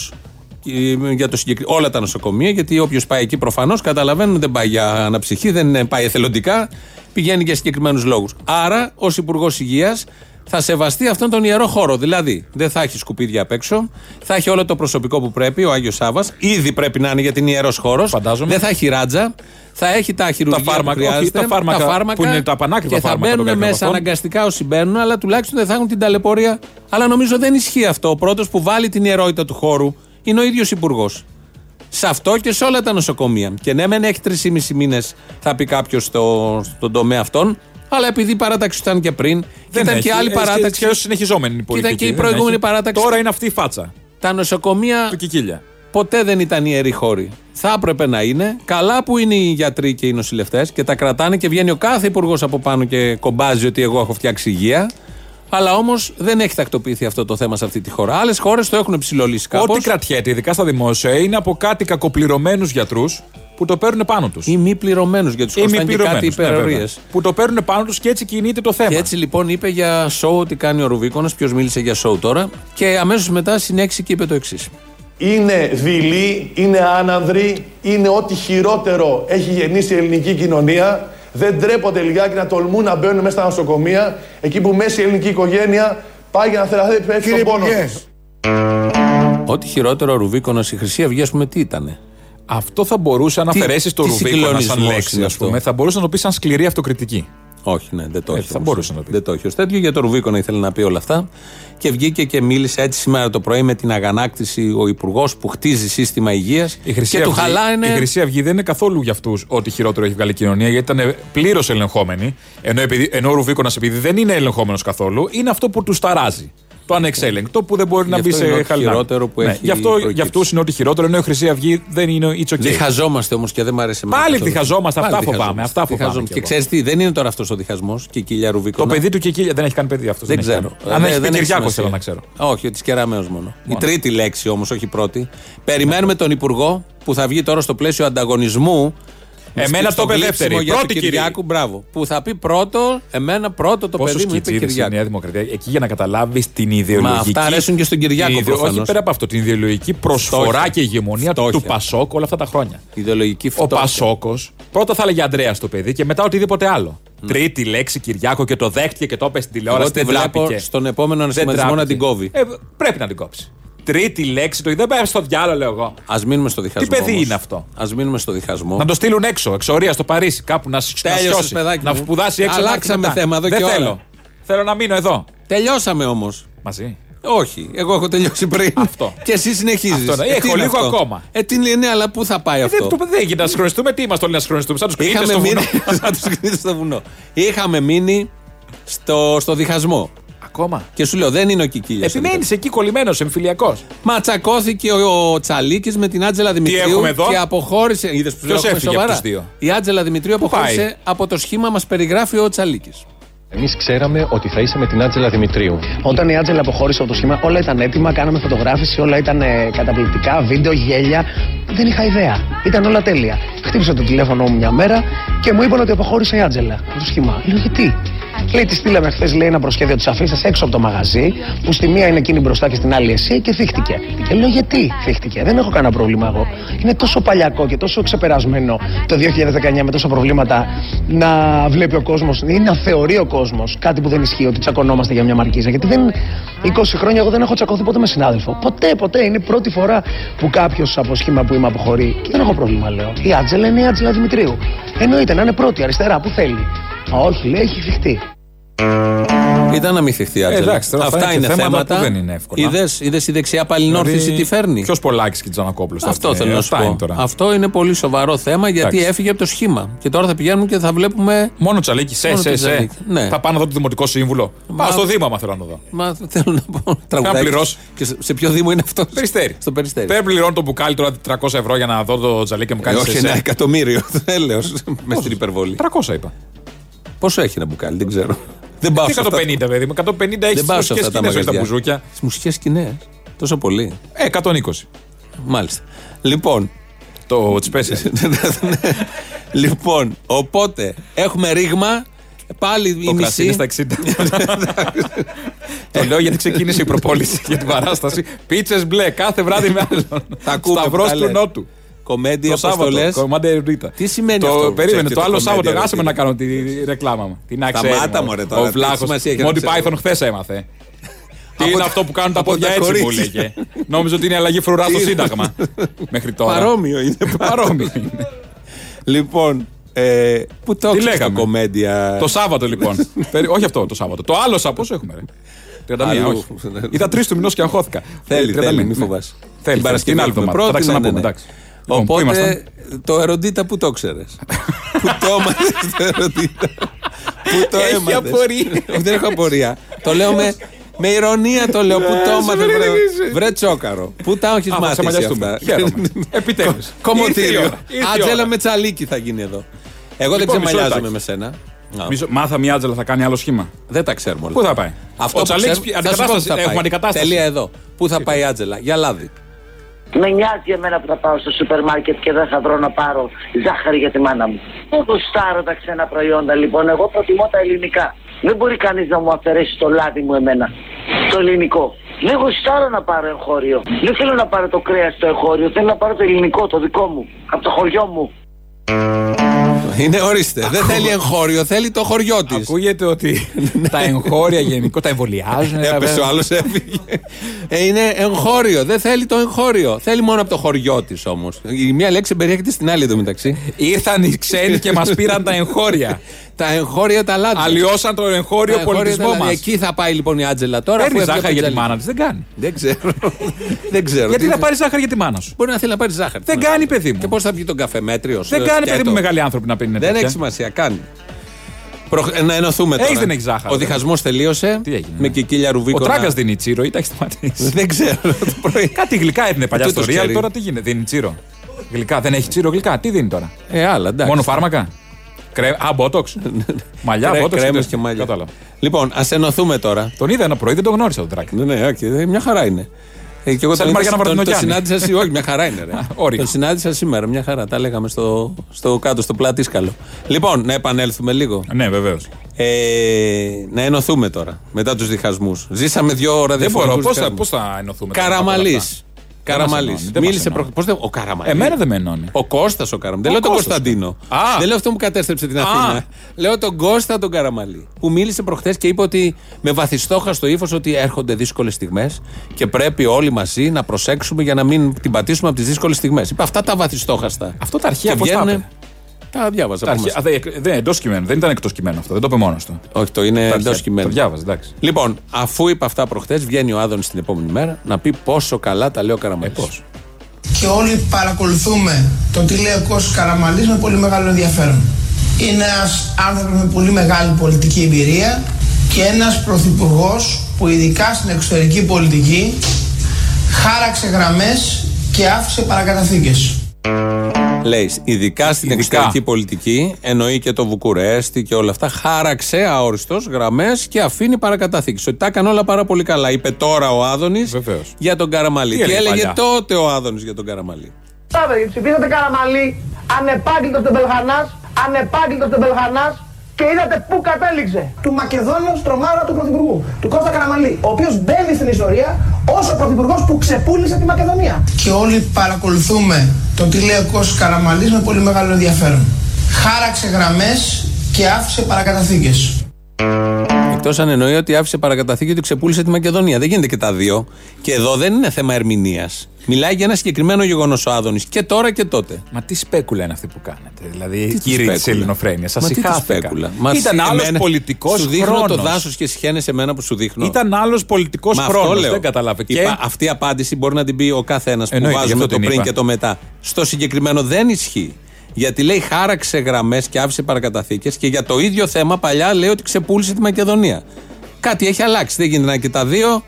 Speaker 2: για το συγκεκρι... όλα τα νοσοκομεία, γιατί όποιος πάει εκεί προφανώς καταλαβαίνουν δεν πάει για αναψυχή, δεν ε, πάει εθελοντικά, πηγαίνει για συγκεκριμένους λόγους. Άρα, ως Υπουργός Υγείας, θα σεβαστεί αυτόν τον ιερό χώρο. Δηλαδή, δεν θα έχει σκουπίδια απ' έξω, θα έχει όλο το προσωπικό που πρέπει, ο Άγιος Σάβα, ήδη πρέπει να είναι γιατί είναι ιερός χώρος. Δεν θα έχει ράτζα, θα έχει τα χειρουργία
Speaker 3: Τα φάρμακα,
Speaker 2: που χρειάζεται,
Speaker 3: όχι, τα φάρμακα που είναι τα πανάκριβα
Speaker 2: και θα
Speaker 3: φάρμακα των
Speaker 2: μπαίνουν μέσα
Speaker 3: καρκινοπαθών.
Speaker 2: αναγκαστικά όσοι μπαίνουν, αλλά τουλάχιστον δεν θα έχουν την ταλαιπωρία. Αλλά νομίζω δεν ισχύει αυτό. Ο πρώτος που βάλει την ιερότητα του χώρου είναι ο ίδιος υπουργός. Σε αυτό και σε όλα τα νοσοκομεία. Και ναι, μεν έχει 3,5 μήνες, θα πει κάποιος στο, στον τομέα αυτόν, αλλά επειδή η παράταξη ήταν και πριν, και ήταν και άλλη παράταξη.
Speaker 3: Ε, Και συνεχιζόμενη η
Speaker 2: και
Speaker 3: πολιτική.
Speaker 2: η
Speaker 3: δεν
Speaker 2: προηγούμενη
Speaker 3: έχει.
Speaker 2: παράταξη.
Speaker 3: Τώρα είναι αυτή η φάτσα
Speaker 2: Τα νοσοκομεία
Speaker 3: του Κικίλια.
Speaker 2: ποτέ δεν ήταν ιεροί χώροι. Θα έπρεπε να είναι. Καλά που είναι οι γιατροί και οι νοσηλευτές και τα κρατάνε και βγαίνει ο κάθε υπουργός από πάνω και κομπάζει ότι εγώ έχω φτιάξει υγεία. Αλλά όμως δεν έχει τακτοποιηθεί αυτό το θέμα σε αυτή τη χώρα. Άλλες χώρες το έχουν ψηλολίσει κάπω.
Speaker 3: Ό,τι κρατιέται, ειδικά στα δημόσια, είναι από κάτι κακοπληρωμένους γιατρούς που το παίρνουν πάνω τους.
Speaker 2: Ή μη ναι, πληρωμένου για του κοστάνε και κάτι υπερορίε.
Speaker 3: ναι, που το παίρνουν πάνω τους και έτσι κινείται το θέμα.
Speaker 2: Και έτσι λοιπόν είπε για σοου ότι κάνει ο Ρουβίκονας. Ποιος μίλησε για σοου τώρα. Και αμέσως μετά συνέχισε και είπε το εξής.
Speaker 12: Είναι δειλή, είναι άνανδρη, είναι ό,τι χειρότερο έχει γεννήσει η ελληνική κοινωνία. Δεν τρέπονται λιγάκι να τολμούν να μπαίνουν μέσα στα νοσοκομεία, εκεί που μέσα η ελληνική οικογένεια πάει για να θεραπεύσει τον πόνο. της.
Speaker 2: Ό,τι χειρότερο ο Ρουβίκονας η Χρυσή Αυγή, ας πούμε, τι ήτανε.
Speaker 3: Αυτό θα μπορούσε, αν
Speaker 2: Τι-
Speaker 3: αφαιρέσεις το
Speaker 2: τι
Speaker 3: Ρουβίκονα σαν
Speaker 2: συγκλονισμός
Speaker 3: λέξη,
Speaker 2: είναι
Speaker 3: α
Speaker 2: αυτό.
Speaker 3: πούμε, θα μπορούσε να το πεις σαν σκληρή αυτοκριτική.
Speaker 2: Όχι, ναι, δεν το έχει.
Speaker 3: Ε, θα
Speaker 2: όμως.
Speaker 3: μπορούσε να πεις.
Speaker 2: Δεν το έχει. Ως τέτοιο για το Ρουβίκονα ήθελε να πει όλα αυτά. Και βγήκε και μίλησε έτσι σήμερα το πρωί με την αγανάκτηση ο υπουργός που χτίζει σύστημα υγείας.
Speaker 3: Η Χρυσή,
Speaker 2: Και του
Speaker 3: Αυγή,
Speaker 2: χαλάνε.
Speaker 3: η Χρυσή Αυγή δεν είναι καθόλου για αυτούς ότι χειρότερο έχει βγάλει η κοινωνία, γιατί ήταν πλήρως ελεγχόμενη. Ενώ, επειδή, ενώ ο Ρουβίκονας, επειδή δεν είναι ελεγχόμενος καθόλου, είναι αυτό που του ταράζει. Το ανεξέλεγκτο που δεν μπορεί να
Speaker 2: Γι'
Speaker 3: μπει
Speaker 2: αυτό είναι
Speaker 3: σε
Speaker 2: ό,τι
Speaker 3: χαλινά. Ναι,
Speaker 2: χειρότερο που έχει
Speaker 3: Γι' αυτό
Speaker 2: προκύψει.
Speaker 3: για αυτού είναι ό,τι χειρότερο, ενώ η Χρυσή Αυγή δεν είναι ο It's okay.
Speaker 2: Διχαζόμαστε όμως και δεν μ' αρέσει εμένα
Speaker 3: Πάλι
Speaker 2: καθόλου.
Speaker 3: διχαζόμαστε,
Speaker 2: Πάλι
Speaker 3: αυτά φοβάμαι.
Speaker 2: διχαζόμαστε,
Speaker 3: Αυτά φοβάμαι.
Speaker 2: διχαζόμαστε.
Speaker 3: κι
Speaker 2: Και
Speaker 3: εγώ.
Speaker 2: ξέρεις τι, δεν είναι τώρα αυτός ο διχασμός και η κοιλιά
Speaker 3: Το
Speaker 2: Ρουβίκονα.
Speaker 3: παιδί του Κικίλια δεν έχει κάνει παιδί αυτός.
Speaker 2: ναι. Δεν ξέρω.
Speaker 3: Ναι, Αν
Speaker 2: Ε,
Speaker 3: έχει πει
Speaker 2: δεν
Speaker 3: Κυριάκος,
Speaker 2: σημασία.
Speaker 3: θέλω να ξέρω.
Speaker 2: Όχι, της Κεραμέως μόνο. Η τρίτη λέξη όμως, όχι η πρώτη. Περιμένουμε τον Υπουργό που θα βγει τώρα στο πλαίσιο ανταγωνισμού.
Speaker 3: Εμένα
Speaker 2: στο
Speaker 3: Ε, το είπε
Speaker 2: γλύψιμο
Speaker 3: δεύτερη.
Speaker 2: για τον
Speaker 3: Πρώτη, κύριε.
Speaker 2: Κυριάκου, μπράβο. Που θα πει πρώτο, εμένα πρώτο το
Speaker 3: Πόσο
Speaker 2: παιδί μου είπε
Speaker 3: σκητσίδης είναι η
Speaker 2: Κυριάκου.
Speaker 3: Νέα Δημοκρατία. Εκεί για να καταλάβεις την ιδεολογική.
Speaker 2: Μα αυτά αρέσουν και στον Κυριάκο
Speaker 3: την ιδεο- Όχι
Speaker 2: προφανώς.
Speaker 3: πέρα από αυτό. Την ιδεολογική προσφορά
Speaker 2: Φτώχεια.
Speaker 3: και ηγεμονία
Speaker 2: Φτώχεια.
Speaker 3: του Πασόκ όλα αυτά τα χρόνια.
Speaker 2: Ιδεολογική
Speaker 3: Ο
Speaker 2: φτώχεια.
Speaker 3: Πασόκος πρώτα θα έλεγε Αντρέα το παιδί και μετά οτιδήποτε άλλο. Τρίτη λέξη Κυριάκο και το δέχτηκε και το είπε στην
Speaker 2: Εγώ
Speaker 3: τηλεόραση.
Speaker 2: τη
Speaker 3: Δεν
Speaker 2: βλέπω
Speaker 3: τράπηκε.
Speaker 2: στον επόμενο ανασχηματισμό να
Speaker 3: τράπηκε.
Speaker 2: την κόβει.
Speaker 3: Ε, πρέπει να την κόψει. Τρίτη λέξη το είδε. «Ε, στο διάλογο, λέω εγώ.
Speaker 2: Ας μείνουμε στο διχασμό.
Speaker 3: παιδί είναι αυτό?
Speaker 2: Ας μείνουμε στο διχασμό.
Speaker 3: Να το στείλουν έξω, εξορία στο Παρίσι, κάπου να σ- να
Speaker 2: Τέλειωσες,
Speaker 3: σιώσει.
Speaker 2: παιδάκι
Speaker 3: Να
Speaker 2: μου.
Speaker 3: σπουδάσει έξω. να
Speaker 2: Αλλάξαμε
Speaker 3: έρθει μετά.
Speaker 2: θέμα εδώ
Speaker 3: Δεν
Speaker 2: και όλα.
Speaker 3: θέλω. Θέλω να μείνω εδώ.
Speaker 2: Τελειώσαμε όμως.
Speaker 3: Μαζί.
Speaker 2: Όχι, εγώ έχω τελειώσει πριν.
Speaker 3: Αυτό.
Speaker 2: Και εσύ συνεχίζεις.
Speaker 3: Αυτό, ναι. Έχω λίγο ακόμα. Ε,
Speaker 2: Ε, τι είναι, ναι, αλλά πού θα πάει αυτό.
Speaker 3: Δεν το δεν γίνεται να συγχρονιστούμε. Τι είμαστε όλοι να συγχρονιστούμε. Σαν τους κρίνετε
Speaker 2: Είχαμε
Speaker 3: στο
Speaker 2: μείνει.
Speaker 3: βουνό.
Speaker 2: (laughs) Σαν τους κρίτες στο βουνό. Είχαμε μείνει στο, στο διχασμό.
Speaker 3: Ακόμα.
Speaker 2: Και σου λέω, δεν είναι ο Κικίλια.
Speaker 3: Επιμένει εκεί κολλημένος, εμφυλιακός.
Speaker 2: Μα τσακώθηκε ο, ο Τσαλίκης με την Άτζελα Δημητρίου.
Speaker 3: έχουμε εδώ?
Speaker 2: Και αποχώρησε. Είδες που
Speaker 3: Ποιος
Speaker 2: έχουμε
Speaker 3: έφυγε
Speaker 2: σοβαρά?
Speaker 3: από τους δύο?
Speaker 2: Η Άτζελα Δημητρίου αποχώρησε
Speaker 3: πάει?
Speaker 2: από το σχήμα μας περιγράφει ο Τσαλίκης.
Speaker 13: Εμείς ξέραμε ότι θα είσαι με την Άτζελα Δημητρίου.
Speaker 14: Όταν η Άτζελα αποχώρησε από το σχήμα, όλα ήταν έτοιμα, κάναμε φωτογράφηση, όλα ήταν ε, καταπληκτικά, βίντεο, γέλια. Δεν είχα ιδέα. Ήταν όλα τέλεια. Χτύπησα το τηλέφωνο μου μια μέρα και μου είπαν ότι αποχώρησε η Άτζελα από το σχήμα. Λέω γιατί. Λέει, τη στείλαμε χθες λέει ένα προσχέδιο της αφήσας έξω από το μαγαζί, που στη μία είναι εκείνη μπροστά και στην άλλη εσύ και θύχτηκε. Και λέω, γιατί θύχτηκε, δεν έχω κανένα πρόβλημα εγώ. Είναι τόσο παλιακό και τόσο ξεπερασμένο το 2019 με τόσα προβλήματα να βλέπει ο κόσμος ή να θεωρεί ο κόσμος κάτι που δεν ισχύει, ότι τσακωνόμαστε για μια μαρκίζα. Γιατί δεν, 20 χρόνια εγώ δεν έχω τσακωθεί ποτέ με συνάδελφο. Ποτέ, ποτέ. Είναι η πρώτη φορά που κάποιος από σχήμα που είμαι αποχωρεί. Και δεν έχω πρόβλημα, λέω. Η Άτζελα είναι η Άτζελα Δημητρίου. Εννοείται να είναι πρώτη, αριστερά, που θέλει. Α, όχι, λέει, έχει θυχτεί.
Speaker 2: Ήταν να μην θυχτεί
Speaker 3: Ε,
Speaker 2: άτζελα.
Speaker 3: εντάξει, τώρα θα
Speaker 2: Αυτά
Speaker 3: είναι
Speaker 2: είναι
Speaker 3: θέματα που
Speaker 2: θέματα.
Speaker 3: δεν είναι εύκολα.
Speaker 2: Είδες, είδες η δεξιά παλινόρθηση τι φέρνει.
Speaker 3: Ποιο Πολάκη Δηλαδή, και Τζανακόπουλο.
Speaker 2: Αυτό θέλω να σου πω. Αυτό είναι πολύ σοβαρό θέμα γιατί
Speaker 3: ε, Εντάξει.
Speaker 2: έφυγε από το σχήμα. Και τώρα θα πηγαίνουμε και θα βλέπουμε.
Speaker 3: Μόνο τσαλίκι, σε,
Speaker 2: Μόνο
Speaker 3: σε,
Speaker 2: το
Speaker 3: σε.
Speaker 2: Τσαλίκι, ναι.
Speaker 3: Θα πάω να δω το Δημοτικό Σύμβουλο.
Speaker 2: Μα-
Speaker 3: Πάω στο Δήμα, μα θέλω να το δω.
Speaker 2: Μα θέλω να πω.
Speaker 3: Θα
Speaker 2: Τραγουδάκι.
Speaker 3: πληρώσω.
Speaker 2: Και σε, σε ποιο Δήμο είναι αυτό.
Speaker 3: Περιστέρι.
Speaker 2: Στο περιστέρι.
Speaker 3: Δεν πληρώνω το μπουκάλι τώρα 300 ευρώ για να δω το τζαλίκι και μου
Speaker 2: Ε,
Speaker 3: κάνει
Speaker 2: όχι ένα (laughs) εκατομμύριο. Έλεος. Μες στην υπερβολή.
Speaker 3: 300 είπα.
Speaker 2: Πόσο έχει ένα μπουκάλι, δεν ξέρω. δεν πάω
Speaker 3: Τι
Speaker 2: σε αυτά.
Speaker 3: 150, παιδί μου. 150 έχεις
Speaker 2: Δεν
Speaker 3: τι
Speaker 2: πάω σε
Speaker 3: μουσικές
Speaker 2: αυτά
Speaker 3: σκηνέ,
Speaker 2: τα
Speaker 3: όχι τα
Speaker 2: μαγαζιά.
Speaker 3: μπουζούκια.
Speaker 2: Στι μουσικές σκηνές. Τόσο πολύ.
Speaker 3: Ε, 120.
Speaker 2: Μάλιστα. Λοιπόν. (laughs)
Speaker 3: Το τσπέσε.
Speaker 2: λοιπόν, οπότε έχουμε ρήγμα. Πάλι η
Speaker 3: Το
Speaker 2: μισή.
Speaker 3: κρασί είναι στα (laughs) 60. Το λέω γιατί ξεκίνησε η προπόληση για την παράσταση. Πίτσες μπλε, κάθε βράδυ με άλλον.
Speaker 2: Τα ακούμε,
Speaker 3: Σταυρός
Speaker 2: τα
Speaker 3: του
Speaker 2: λέτε.
Speaker 3: Νότου.
Speaker 2: (laughs) Κομμέντια,
Speaker 3: το Σάββατο.
Speaker 2: αποστολές.
Speaker 3: Κομμάτι Ρίτα.
Speaker 2: Τι σημαίνει
Speaker 3: το,
Speaker 2: αυτό,
Speaker 3: Περίμενε,
Speaker 2: ξέρετε,
Speaker 3: το
Speaker 2: το
Speaker 3: άλλο
Speaker 2: Comedy
Speaker 3: Σάββατο.
Speaker 2: Erotica.
Speaker 3: Άσε με να κάνω τη ρεκλάμα μου. Τι να
Speaker 2: Σταμάτα,
Speaker 3: ξέρει,
Speaker 2: μωρέ, τώρα,
Speaker 3: Ο
Speaker 2: τι
Speaker 3: Βλάχος.
Speaker 2: σημασία έχει να
Speaker 3: Μόντι
Speaker 2: ξέρω.
Speaker 3: Πάιθον χθες έμαθε. Τι είναι
Speaker 2: τα-
Speaker 3: αυτό που κάνουν τα
Speaker 2: από
Speaker 3: πόδια
Speaker 2: τα
Speaker 3: έτσι που
Speaker 2: κορίτσια.
Speaker 3: έλεγε. Νόμιζε ότι είναι αλλαγή φρουρά στο Σύνταγμα. Μέχρι τώρα.
Speaker 2: Παρόμοιο είναι.
Speaker 3: Παρόμοιο
Speaker 2: είναι. λοιπόν, ε, που το
Speaker 3: Τι
Speaker 2: έχεις το
Speaker 3: λέγαμε.
Speaker 2: κομμέντια.
Speaker 3: Το Σάββατο
Speaker 2: (laughs)
Speaker 3: λοιπόν. Περι- όχι αυτό το Σάββατο. Το άλλο Σάββατο. Πόσο έχουμε, ρε. 31,
Speaker 2: Αλλού.
Speaker 3: όχι. Ήταν 3 του μηνός και αγχώθηκα.
Speaker 2: Θέλει,
Speaker 3: 31,
Speaker 2: θέλει, μη
Speaker 3: ναι.
Speaker 2: φοβάσαι.
Speaker 3: Θέλει,
Speaker 2: Την Παρασκευή
Speaker 3: την άλλη
Speaker 2: έχουμε
Speaker 3: εβδομάδα. Θα τα
Speaker 2: πρώτη, ναι,
Speaker 3: ξαναπούμε,
Speaker 2: ναι, ναι.
Speaker 3: εντάξει. Λοιπόν, πού
Speaker 2: Οπότε
Speaker 3: ήμασταν?
Speaker 2: το εροντίτα που το ξέρει.
Speaker 3: (laughs)
Speaker 2: που το έμαθες το εροντίτα. που το
Speaker 3: Έχει
Speaker 2: έμαθες.
Speaker 3: απορία.
Speaker 2: Όχι, Δεν έχω απορία. το λέω με, με ηρωνία το λέω.
Speaker 3: Ναι,
Speaker 2: που το έμαθες βρε, βρε τσόκαρο. Πού τα έχεις
Speaker 3: Α, θα
Speaker 2: μάθει εσύ
Speaker 3: ξαμαλιαστούμε.
Speaker 2: αυτά.
Speaker 3: Χαίρομαι. Επιτέλους.
Speaker 2: (laughs) Κομμωτήριο. Άτζελα με τσαλίκι θα γίνει εδώ. Εγώ
Speaker 3: Λοιπόν,
Speaker 2: δεν
Speaker 3: μισό
Speaker 2: ξεμαλιάζομαι
Speaker 3: λεπτάκι.
Speaker 2: με σένα. Να.
Speaker 3: Μάθα μια Άτζελα θα κάνει άλλο σχήμα.
Speaker 2: Δεν τα ξέρουμε όλα.
Speaker 3: Πού θα πάει.
Speaker 2: Αυτό
Speaker 3: ο
Speaker 2: που
Speaker 3: Τσαλίκης
Speaker 2: ξέρουμε- θα σου
Speaker 3: αντικατάσταση.
Speaker 2: πω που θα πάει.
Speaker 3: Έχουμε αντικατάσταση.
Speaker 2: Τελεία εδώ. Πού θα πάει η Άτζελα. Για λάδι.
Speaker 15: Με νοιάζει εμένα που θα πάω στο σούπερ μάρκετ και δεν θα βρω να πάρω ζάχαρη για τη μάνα μου. Δεν γουστάρω τα ξένα προϊόντα λοιπόν, εγώ προτιμώ τα ελληνικά. Δεν μπορεί κανείς να μου αφαιρέσει το λάδι μου εμένα, το ελληνικό. Δεν γουστάρω να πάρω εγχώριο. Δεν θέλω να πάρω το κρέας στο εγχώριο, θέλω να πάρω το ελληνικό, το δικό μου, από το χωριό μου.
Speaker 2: Είναι ορίστε. Δεν θέλει εγχώριο, θέλει το χωριό της.
Speaker 3: Ακούγεται ότι
Speaker 2: (laughs)
Speaker 3: τα εγχώρια γενικώ τα εμβολιάζουν. τα-
Speaker 2: Έπεσε ο Ε, άλλος, έφυγε. Ε, είναι εγχώριο. Δεν θέλει το εγχώριο. Θέλει μόνο από το χωριό της όμως. Η μία λέξη περιέχεται στην άλλη εντωμεταξύ.
Speaker 3: Ήρθαν οι ξένοι και μας πήραν τα
Speaker 2: (laughs)
Speaker 3: εγχώρια.
Speaker 2: τα εγχώρια τα λάδια.
Speaker 3: Αλλοιώσαν τον εγχώριο
Speaker 2: Τα εγχώρια τα
Speaker 3: πολιτισμό
Speaker 2: λάδια.
Speaker 3: μας.
Speaker 2: Εκεί θα πάει λοιπόν η Άτζελα τώρα.
Speaker 3: Παίρνει
Speaker 2: αφού έφυγε
Speaker 3: ζάχαρη
Speaker 2: από
Speaker 3: για τη
Speaker 2: Τζαλί.
Speaker 3: μάνα της. Δεν κάνει.
Speaker 2: Δεν ξέρω. Δεν ξέρω.
Speaker 3: Γιατί
Speaker 2: Τι-
Speaker 3: θα πάρει ζάχαρη για τη μάνα σου.
Speaker 2: Μπορεί να θέλει να πάρει ζάχαρη.
Speaker 3: Δεν κάνει, παιδί μου.
Speaker 2: Ναι. Και πώς θα πιει τον καφέ μέτριο. ε,
Speaker 3: Δεν κάνει παιδί μου μεγάλοι άνθρωποι να πίνουν
Speaker 2: Δεν
Speaker 3: τέτοια.
Speaker 2: έχει σημασία, κάνει. Προχ- ε, Να ενωθούμε τώρα.
Speaker 3: Έχεις, δεν έχεις ζάχαρο.
Speaker 2: Ο διχασμός τελείωσε. Τι έγινε. Με κικίλια
Speaker 3: ναι. Ο
Speaker 2: ρουβίκονα.
Speaker 3: Τράγκας δίνει τσίρο ή τα έχεις σταματήσει.
Speaker 2: Δεν ξέρω. το πρωί.
Speaker 3: Κάτι γλυκά έδινε παλιά
Speaker 2: Τούτος
Speaker 3: ιστορία, αλλά
Speaker 2: ξέρει.
Speaker 3: τώρα τι γίνεται. Δίνει τσίρο. Γλυκά, δεν έχει τσίρο γλυκά. Τι δίνει τώρα.
Speaker 2: Ε, άλλα, εντάξει. Ναι,
Speaker 3: Μόνο φάρμακα. Κρέ... Α,
Speaker 2: (laughs)
Speaker 3: μπότοξ. (laughs) μαλλιά,
Speaker 2: Κρέ-
Speaker 3: μπότοξ.
Speaker 2: κρέμες
Speaker 3: δεν-
Speaker 2: και μαλλιά.
Speaker 3: Κατάλαβα.
Speaker 2: Λοιπόν, ας ενωθούμε τώρα.
Speaker 3: Τον είδα ένα πρωί, δεν τον γνώρισα τον Τράκα.
Speaker 2: Ναι, ναι, οκ, ε, μια χαρά είναι. Ε, και εγώ
Speaker 3: Σαν
Speaker 2: τον,
Speaker 3: Μαριάννα
Speaker 2: τον, τον
Speaker 3: Βαρδινογιάννη.
Speaker 2: συνάντησα σή- όχι, μια χαρά
Speaker 3: (laughs)
Speaker 2: είναι. Ρε.
Speaker 3: όριο.
Speaker 2: τον συνάντησα σήμερα, μια χαρά. Τα λέγαμε στο, στο κάτω, στο πλατήσκαλο. Λοιπόν, να επανέλθουμε λίγο.
Speaker 3: Ναι, βεβαίως.
Speaker 2: Ε, να ενωθούμε τώρα, μετά τους διχασμούς. Ζήσαμε δύο ώρα
Speaker 3: Δεν μπορώ.
Speaker 2: διαφορετικούς
Speaker 3: Πώς θα,
Speaker 2: διχασμούς.
Speaker 3: πώς θα ενωθούμε τώρα από όλα
Speaker 2: Καραμαλή.
Speaker 3: αυτά.
Speaker 2: Καραμαλής.
Speaker 3: ενώνει, δεν μας
Speaker 2: Μίλησε
Speaker 3: ενώνει.
Speaker 2: προ... Πώς δεν... Ο Καραμαλής.
Speaker 3: Εμένα δεν με ενώνει.
Speaker 2: Ο Κώστας ο Καραμαλής. Δεν
Speaker 3: Ο
Speaker 2: λέω τον
Speaker 3: Κώστας. ναι.
Speaker 2: Κωνσταντίνο.
Speaker 3: Α.
Speaker 2: Δεν λέω αυτό που κατέστρεψε την
Speaker 3: Α.
Speaker 2: Αθήνα. Λέω τον Κώστα τον Καραμαλή. Που μίλησε προχθές και είπε ότι με βαθιστόχα στο ύφος ότι έρχονται δύσκολες στιγμές και πρέπει όλοι μαζί να προσέξουμε για να μην την πατήσουμε από τις δύσκολες στιγμές. Είπε αυτά τα βαθιστόχαστα.
Speaker 3: Αυτό τα αρχεία
Speaker 2: Και
Speaker 3: πώς τα
Speaker 2: βγαίνουνε-
Speaker 3: έπαιρνε.
Speaker 2: Τα διάβαζα.
Speaker 3: Τα
Speaker 2: από
Speaker 3: αρχεία-
Speaker 2: μέσα.
Speaker 3: α, Δεν δεν, εντός κειμένου. Δεν ήταν εκτός κειμένου αυτό. Δεν το είπε μόνος του.
Speaker 2: Όχι, το είναι
Speaker 3: Τα
Speaker 2: εντό
Speaker 3: αρχεία. Το
Speaker 2: Ε, κειμένου.
Speaker 3: διάβαζε, εντάξει.
Speaker 2: Λοιπόν, αφού είπε αυτά προχθέ, βγαίνει ο Άδων την επόμενη μέρα να πει πόσο καλά τα λέει ο Καραμαλής.
Speaker 3: Ε,
Speaker 16: και όλοι παρακολουθούμε το τι λέει ο Κώστας Καραμαλής με πολύ μεγάλο ενδιαφέρον. Είναι ένας άνθρωπος με πολύ μεγάλη πολιτική εμπειρία και ένας πρωθυπουργός που ειδικά στην εξωτερική πολιτική χάραξε γραμμές και άφησε παρακαταθήκες.
Speaker 2: Λέει, ειδικά στην εξωτερική πολιτική, εννοεί και το Βουκουρέστι και όλα αυτά, χάραξε αόριστος γραμμές και αφήνει παρακαταθήκη. Ότι τα έκανε όλα πάρα πολύ καλά. Είπε τώρα ο Άδωνης για τον Καραμαλή.
Speaker 3: Τι
Speaker 2: Και
Speaker 3: έλεγε
Speaker 2: έλεγε
Speaker 3: παλιά?
Speaker 2: τότε ο Άδωνης για τον Καραμαλή.
Speaker 15: Πάμε, ψηφίσατε Καραμαλή, ανεπάγγελτος τον Μπελχανάς, ανεπάγγελτος τον Μπελχανάς,
Speaker 16: Και είδατε πού κατέληξε. Του Μακεδόνου Στρομάρα του Πρωθυπουργού, του Κώστα Καραμαλή, ο οποίος μπαίνει στην ιστορία ως ο Πρωθυπουργός που ξεπούλησε τη Μακεδονία. Και όλοι παρακολουθούμε το τι λέει ο Κώστας Καραμαλής με πολύ μεγάλο ενδιαφέρον. Χάραξε γραμμές και άφησε παρακαταθήκες.
Speaker 2: Εκτός αν εννοεί ότι άφησε παρακαταθήκη ότι ξεπούλησε τη Μακεδονία. Δεν γίνεται και τα δύο. Και εδώ δεν είναι θέμα ερμηνείας. Μιλάει για ένα συγκεκριμένο γεγονός ο Άδωνης. Και τώρα και τότε.
Speaker 3: Μα τι σπέκουλα είναι αυτή που κάνετε. Δηλαδή,
Speaker 2: Τι
Speaker 3: κύριε τη
Speaker 2: σπέκουλα?
Speaker 3: Ελληνοφρένειας, σας
Speaker 2: Μα τι τη
Speaker 3: συγχάθηκα.
Speaker 2: σπέκουλα. Μας-
Speaker 3: Ήταν άλλος
Speaker 2: εμένα-
Speaker 3: πολιτικός
Speaker 2: Σου δείχνω
Speaker 3: χρόνο.
Speaker 2: το δάσος και σχένε εμένα που σου δείχνω.
Speaker 3: Ήταν άλλος πολιτικός
Speaker 2: Μα αυτό
Speaker 3: χρόνος.
Speaker 2: λέω.
Speaker 3: Δεν καταλάβα. Και
Speaker 2: Είπα, αυτή η απάντηση μπορεί να την πει ο κάθε ένας που
Speaker 3: Εννοείται, γι'
Speaker 2: βάζουμε
Speaker 3: αυτό
Speaker 2: το
Speaker 3: την
Speaker 2: πριν
Speaker 3: είπα.
Speaker 2: και το μετά. Στο συγκεκριμένο δεν ισχύει. Γιατί λέει χάραξε γραμμές και άφησε παρακαταθήκες και για το ίδιο θέμα παλιά λέει ότι ξεπούλησε τη Μακεδονία. Κάτι έχει αλλάξει. Δεν γίνεται να και τα δύο.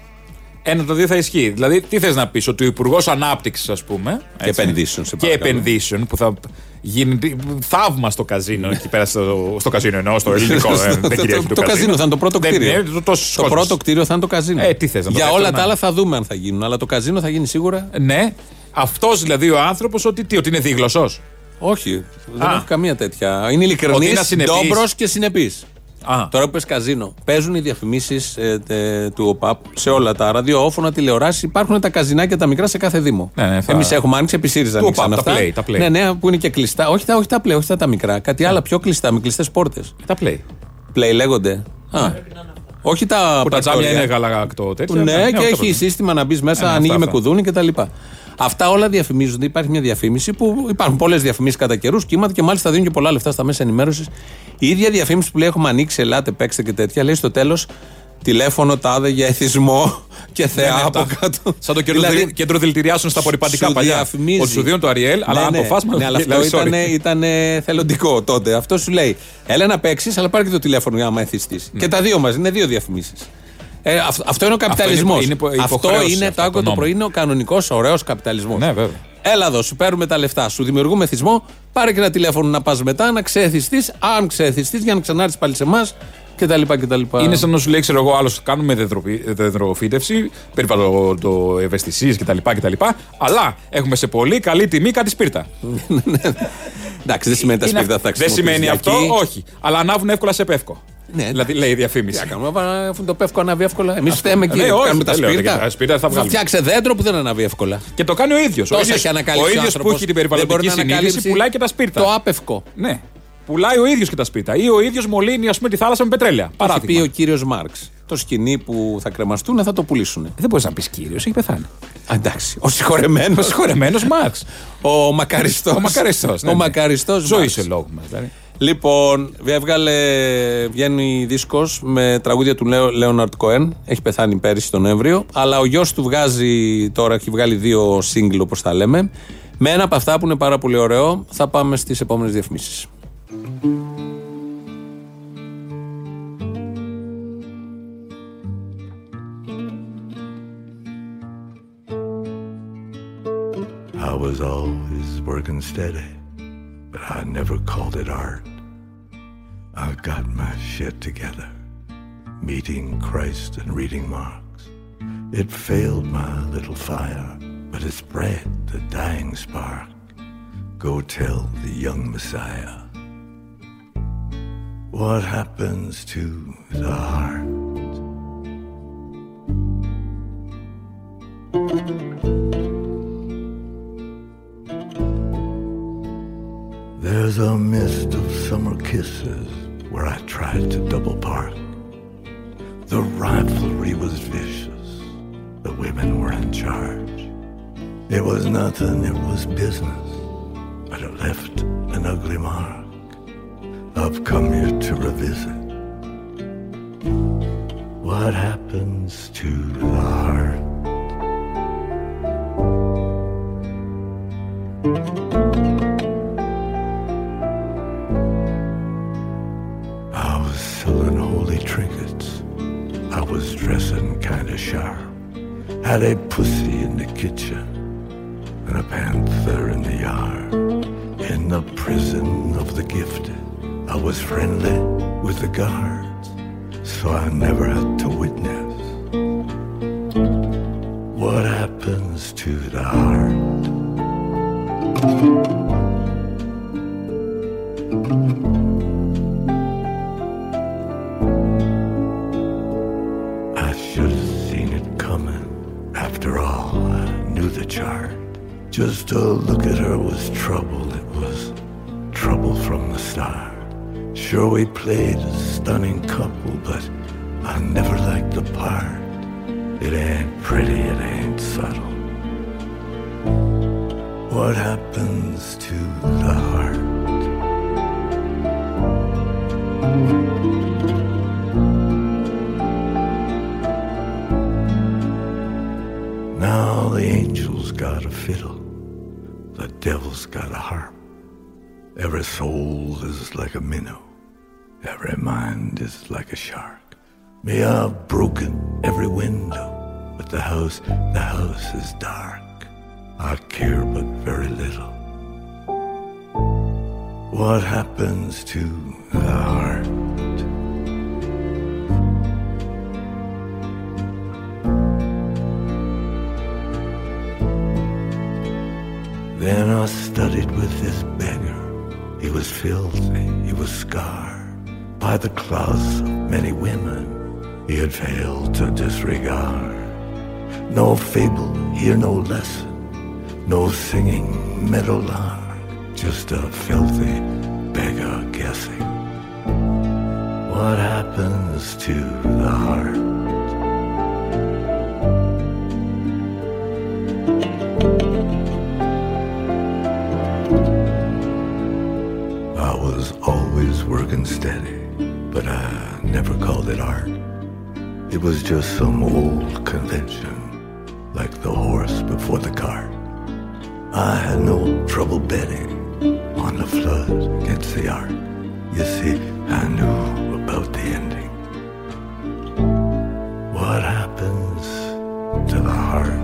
Speaker 3: Ένα από τα δύο θα ισχύει. Δηλαδή, τι θες να πεις, ότι ο Υπουργός Ανάπτυξης, ας πούμε.
Speaker 2: Και επενδύσεων, σε
Speaker 3: και
Speaker 2: παρακαλώ.
Speaker 3: επενδύσεων που θα γίνει θαύμα στο καζίνο εκεί πέρα στο, στο καζίνο εννοώ, στο ελληνικό.
Speaker 2: (laughs)
Speaker 3: ε,
Speaker 2: Στο-
Speaker 3: δεν κυριαρχεί
Speaker 2: το καζίνο θα είναι το πρώτο
Speaker 3: Δεν-
Speaker 2: κτίριο.
Speaker 3: ε, το- τόσος
Speaker 2: Το
Speaker 3: κόσμος.
Speaker 2: πρώτο κτίριο θα είναι το καζίνο.
Speaker 3: Ε, τι θες να το
Speaker 2: Για
Speaker 3: κάνω,
Speaker 2: όλα
Speaker 3: να-
Speaker 2: τα άλλα θα δούμε αν θα γίνουν. Αλλά το καζίνο θα γίνει σίγουρα.
Speaker 3: Ναι. Αυτός δηλαδή ο άνθρωπος ότι, τι, ότι είναι δίγλωσο.
Speaker 2: Όχι. Δεν
Speaker 3: Α.
Speaker 2: έχω καμία τέτοια. Είναι
Speaker 3: Ότι
Speaker 2: ειλικρινή,
Speaker 3: είναι ασυνεπής.
Speaker 2: ντόμπρος και συνεπής. Τώρα που πες καζίνο, παίζουν οι διαφημίσεις του ΟΠΑΠ σε όλα τα ραδιόφωνα, τηλεοράσεις. Υπάρχουν τα καζινά και τα μικρά σε κάθε Δήμο.
Speaker 3: Ναι, ναι, θα-
Speaker 2: Εμείς έχουμε άνοιξει επί ΣΥΡΙΖΑ.
Speaker 3: Του
Speaker 2: ανοίξαν
Speaker 3: ΟΠΑΠ, τα
Speaker 2: αυτά.
Speaker 3: play, τα play. Ναι.
Speaker 2: Ναι, ναι, που είναι και κλειστά. Όχι τα, όχι τα play, όχι τα, τα μικρά. Κάτι άλλο πιο κλειστά, με κλειστές πόρτες.
Speaker 3: Τα play.
Speaker 2: Play λέγονται. Α. Όχι τα
Speaker 3: Ναι. Που τα τζάμια
Speaker 2: πρακτόρια.
Speaker 3: είναι γαλακτό τέτοια.
Speaker 2: Ναι, και
Speaker 3: αυτό
Speaker 2: έχει
Speaker 3: πρέπει.
Speaker 2: σύστημα να μπεις μέσα,
Speaker 3: Ναι, ναι,
Speaker 2: ανοίγει
Speaker 3: αυτά,
Speaker 2: με
Speaker 3: αυτά.
Speaker 2: κουδούνι κτλ. Αυτά όλα διαφημίζονται. Υπάρχει μια διαφήμιση που υπάρχουν πολλές διαφημίσεις κατά καιρούς, κύματα και μάλιστα δίνουν και πολλά λεφτά στα μέσα ενημέρωσης. Η ίδια διαφήμιση που λέει έχουμε ανοίξει, ελάτε, παίξτε και τέτοια, λέει στο τέλος τηλέφωνο τάδε για εθισμό και θεά από κάτω.
Speaker 3: Ναι, Σαν το κέντρο,
Speaker 2: Δηλαδή,
Speaker 3: δηλη- κέντρο δηλητηριάσεων στα απορριπαντικά
Speaker 2: σου
Speaker 3: παλιά.
Speaker 2: διαφημίζει.
Speaker 3: Ότι σου δίνουν το Αριέλ, αλλά
Speaker 2: Ναι,
Speaker 3: αν
Speaker 2: ναι.
Speaker 3: το φάσμα. (laughs)
Speaker 2: Ναι, αλλά αυτό
Speaker 3: δηλαδή, sorry.
Speaker 2: ήταν, ήταν ε, θελοντικό τότε. Αυτό σου λέει: Έλα να παίξεις, αλλά πάρει και το τηλέφωνο για να μεθυστεί. Και τα δύο μαζί είναι δύο διαφημίσεις. Ε, αυ- αυτό είναι ο καπιταλισμό.
Speaker 3: Ναι. είναι υπο-
Speaker 2: Αυτό
Speaker 3: υποχρέωση
Speaker 2: είναι,
Speaker 3: αυτό,
Speaker 2: το άκουγα
Speaker 3: το
Speaker 2: το
Speaker 3: νόμο.
Speaker 2: πρωί, είναι ο κανονικός ωραίος καπιταλισμός.
Speaker 3: Ναι, βέβαια.
Speaker 2: Έλα εδώ, σου παίρνουμε τα λεφτά, σου δημιουργούμε θυσμό, πάρε και ένα τηλέφωνο να πας μετά, να ξεθιστεί, αν ξεθιστεί, για να ξανάρθεις πάλι σε εμάς κτλ. κτλ.
Speaker 3: Είναι
Speaker 2: (laughs)
Speaker 3: σαν να σου λέει, ξέρω εγώ, άλλος κάνουμε δεντροπι- δεντροφύτευση, περιβαλλοντοευαισθησίε κτλ, κτλ. Αλλά έχουμε σε πολύ καλή τιμή κάτι σπίρτα.
Speaker 2: Ναι, Εντάξει, δεν σημαίνει τα
Speaker 3: Είναι
Speaker 2: σπίρτα
Speaker 3: αυτό.
Speaker 2: θα
Speaker 3: Δεν σημαίνει
Speaker 2: χρησιμοποιήσεις
Speaker 3: αυτό,
Speaker 2: για εκεί.
Speaker 3: όχι. Αλλά ανάβουν εύκολα σε πεύκο.
Speaker 2: Ναι,
Speaker 3: Δηλαδή λέει η
Speaker 2: Τι να
Speaker 3: διαφήμιση.
Speaker 2: κάνουμε, να- αφού το πεύκο ανάβει εύκολα. Εμεί φταίμε
Speaker 3: ναι,
Speaker 2: και
Speaker 3: όχι,
Speaker 2: κάνουμε τα
Speaker 3: δεν λέω,
Speaker 2: σπίρτα.
Speaker 3: τα σπίρτα θα βγάλουμε.
Speaker 2: φτιάξε δέντρο που δεν ανάβει εύκολα.
Speaker 3: Και το κάνει ο ίδιος.
Speaker 2: Τόσα έχει ανακαλύψει
Speaker 3: Ο
Speaker 2: ο
Speaker 3: ίδιος που
Speaker 2: άνθρωπος.
Speaker 3: έχει την
Speaker 2: Δεν
Speaker 3: περιβαλλοντική
Speaker 2: μπορεί να
Speaker 3: συνείδηση
Speaker 2: ανακαλύψει
Speaker 3: πουλάει και τα σπίρτα.
Speaker 2: Το άπευκο.
Speaker 3: Ναι. Πουλάει ο ίδιος και τα σπίρτα. Ή ο ίδιος μολύνει, ας πούμε, τη θάλασσα με πετρέλαια.
Speaker 2: Έχει πει ο
Speaker 3: Παράδειγμα.
Speaker 2: κύριος Μάρξ. Το σκηνή που θα κρεμαστούν θα το πουλήσουν.
Speaker 3: Δεν μπορείς να πεις κύριος, έχει πεθάνει.
Speaker 2: Εντάξει. Ο συγχωρεμένο.
Speaker 3: Ο (laughs) συγχωρεμένος Μάρξ.
Speaker 2: Ο μακαριστός.
Speaker 3: Ο μακαριστός, ναι,
Speaker 2: Ο
Speaker 3: ναι.
Speaker 2: μακαριστός
Speaker 3: Ζωή
Speaker 2: Μάρξ.
Speaker 3: σε λόγου μας. Δηλαδή.
Speaker 2: Λοιπόν, έβγαλε, βγαίνει δίσκος με τραγούδια του Λέο, Λέοναρτ Κοέν. Έχει πεθάνει πέρυσι τον Νοέμβριο. Αλλά ο γιος του βγάζει τώρα, έχει βγάλει δύο σύγκλι, όπως τα λέμε. Με ένα από αυτά που είναι πάρα πολύ ωραίο, θα πάμε στις επόμενες διαφημίσεις.
Speaker 17: I was always working steady, but I never called it art. I got my shit together, meeting Christ and reading Marx. It failed my little fire, but it spread the dying spark. Go tell the young Messiah what happens to the heart. There's a mist of summer kisses where I tried to double park. The rivalry was vicious. The women were in charge. It was nothing, it was business, but it left an ugly mark. I've come here to revisit what happens to the heart. I was selling holy trinkets. I was dressing kinda sharp. Had a pussy in the kitchen and a panther in the yard. In the prison of the gifted, I was friendly with the guards, so I never had to witness what happens to the heart. Just to look at her was trouble. It was trouble from the start. Sure, we played a stunning couple, but I never liked the part. It ain't pretty, it ain't subtle. What happens to the heart? Now the angel's got a fiddle, the devil's got a harp. Every soul is like a minnow, every mind is like a shark. Me, I've broken every window, but the house, the house is dark. I care but very little. What happens to the heart? Then I studied with this beggar. He was filthy, he was scarred by the cloths of many women he had failed to disregard. No fable, here no lesson, no singing meadowlark, just a filthy beggar guessing. What happens to the heart? I was always working steady, but I never called it art. It was just some old convention, like the horse before the cart. I had no trouble betting on the flood against the ark. You see, I knew about the ending. What happens to the heart?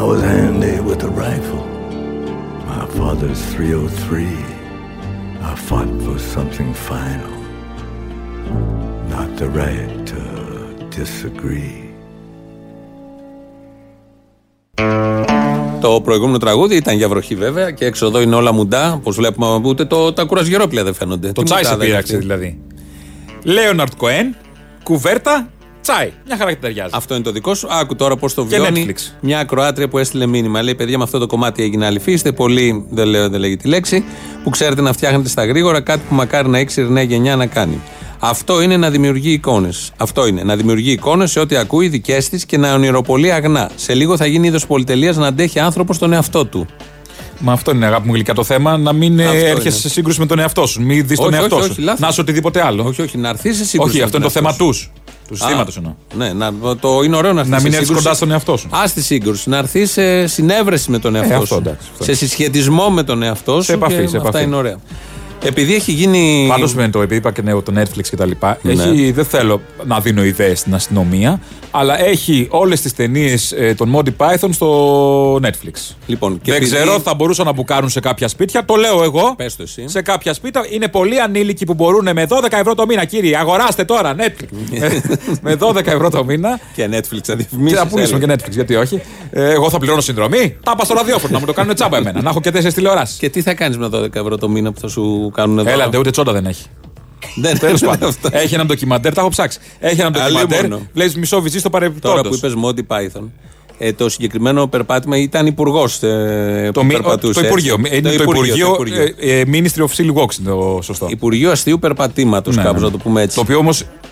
Speaker 17: I was handy with a rifle. My father's 303. I fought for something final. Not the right to disagree.
Speaker 2: Το προηγούμενο τραγούδι ήταν για βροχή βέβαια και έξω εδώ είναι όλα μουντά. Όπως βλέπουμε, ούτε το, τα κουρασγερόπλια δεν φαίνονται.
Speaker 3: Το
Speaker 2: Τι
Speaker 3: τσάι σε
Speaker 2: μουντάδα είναι
Speaker 3: πείραξε
Speaker 2: αυτή.
Speaker 3: δηλαδή. Λέοναρτ Κοέν, κουβέρτα, τσάι. Μια χαρά και ταιριάζει.
Speaker 2: Αυτό είναι το δικό σου. Άκου τώρα πώς το
Speaker 3: Και
Speaker 2: βιώνει
Speaker 3: Netflix.
Speaker 2: μια ακροάτρια που έστειλε μήνυμα. Λέει: Παιδιά, με αυτό το κομμάτι έγινε αληφή. Είστε πολύ, δεν, λέω, δεν λέγει τη λέξη, που ξέρετε να φτιάχνετε στα γρήγορα κάτι που μακάρι να ήξερε η νέα γενιά να κάνει. Αυτό είναι να δημιουργεί εικόνες. Αυτό είναι. Να δημιουργεί εικόνες σε ό,τι ακούει δικές της και να ονειροπολεί αγνά. Σε λίγο θα γίνει είδος πολυτελείας να αντέχει άνθρωπος τον εαυτό του.
Speaker 3: Μα αυτό είναι αγάπη μου γλυκά το θέμα, να μην ε,
Speaker 2: Αυτό είναι.
Speaker 3: έρχεσαι σε σύγκρουση με τον εαυτό σου. Μην δεις τον
Speaker 2: Όχι,
Speaker 3: εαυτό
Speaker 2: όχι,
Speaker 3: σου.
Speaker 2: όχι, λάθος.
Speaker 3: να είσαι οτιδήποτε άλλο.
Speaker 2: Όχι, όχι, να έρθεις σε σύγκρουση.
Speaker 3: Όχι,
Speaker 2: με
Speaker 3: αυτό
Speaker 2: τον
Speaker 3: είναι το θέμα
Speaker 2: εαυτό
Speaker 3: του.
Speaker 2: σου.
Speaker 3: Τους
Speaker 2: Α,
Speaker 3: συστήματο εννοώ.
Speaker 2: Ναι, να, το, είναι ωραίο να έρθει
Speaker 3: Να μην έρθεις κοντά στον εαυτό σου. Ε,
Speaker 2: Α τη σύγκρουση. Να έρθεις σε συνέβρεση με τον εαυτό
Speaker 3: αυτό,
Speaker 2: σου.
Speaker 3: εντάξει, αυτό.
Speaker 2: σε συσχετισμό με τον εαυτό σου.
Speaker 3: Σε επαφή,
Speaker 2: και
Speaker 3: σε
Speaker 2: αυτά
Speaker 3: επαφή.
Speaker 2: είναι ωραία. Επειδή έχει γίνει.
Speaker 3: Πάντως με το επειδή είπα και ναι, το Netflix και τα λοιπά, έχει, δεν θέλω να δίνω ιδέες στην αστυνομία, αλλά έχει όλες τις ταινίες ε, των Monty Python στο Netflix.
Speaker 2: Λοιπόν, και
Speaker 3: δεν
Speaker 2: επειδή-
Speaker 3: ξέρω, θα μπορούσαν να μπουκάρουν σε κάποια σπίτια. Το λέω εγώ.
Speaker 2: Πες το εσύ.
Speaker 3: Σε κάποια σπίτια είναι πολλοί ανήλικοι που μπορούν με 12 ευρώ το μήνα, κύριε. Αγοράστε τώρα Netflix.
Speaker 2: (laughs)
Speaker 3: με, με 12 ευρώ το μήνα.
Speaker 2: Και Netflix
Speaker 3: Και
Speaker 2: θα διαφημίσεις.
Speaker 3: θα πουλήσουμε και Netflix, γιατί όχι. Ε, εγώ θα πληρώνω συνδρομή. Τα πας στο ραδιόφωνο να μου το κάνουν τσάμπα εμένα. Να έχω και τέσσερις τηλεοράσεις.
Speaker 2: Και τι θα κάνεις με 12 ευρώ το μήνα που θα σου κάνουν εδώ.
Speaker 3: Έλατε, ούτε τσόντα δεν έχει.
Speaker 2: (laughs) Δεν (laughs)
Speaker 3: Τέλο πάντων.
Speaker 2: αυτό.
Speaker 3: Έχει ένα ντοκιμαντέρ, τα έχω ψάξει. Έχει ένα ντοκιμαντέρ.
Speaker 2: Αλίμονο.
Speaker 3: Βλέπεις μισό βυζί στο παρεμπιπτόντο.
Speaker 2: Τώρα που είπες Monty Python. Ε, το συγκεκριμένο περπάτημα ήταν υπουργός. Ε,
Speaker 3: Το,
Speaker 2: που
Speaker 3: μη-
Speaker 2: περπατούσε,
Speaker 3: το Υπουργείο. Ε,
Speaker 2: έτσι.
Speaker 3: Είναι το Υπουργείο.
Speaker 2: το Υπουργείο.
Speaker 3: ε, ε, Ministry of Silly Walks είναι το σωστό.
Speaker 2: Υπουργείο Αστείου Περπατήματος,
Speaker 3: Ναι,
Speaker 2: κάπως
Speaker 3: ναι.
Speaker 2: να το πούμε έτσι.
Speaker 3: Το οποίο όμως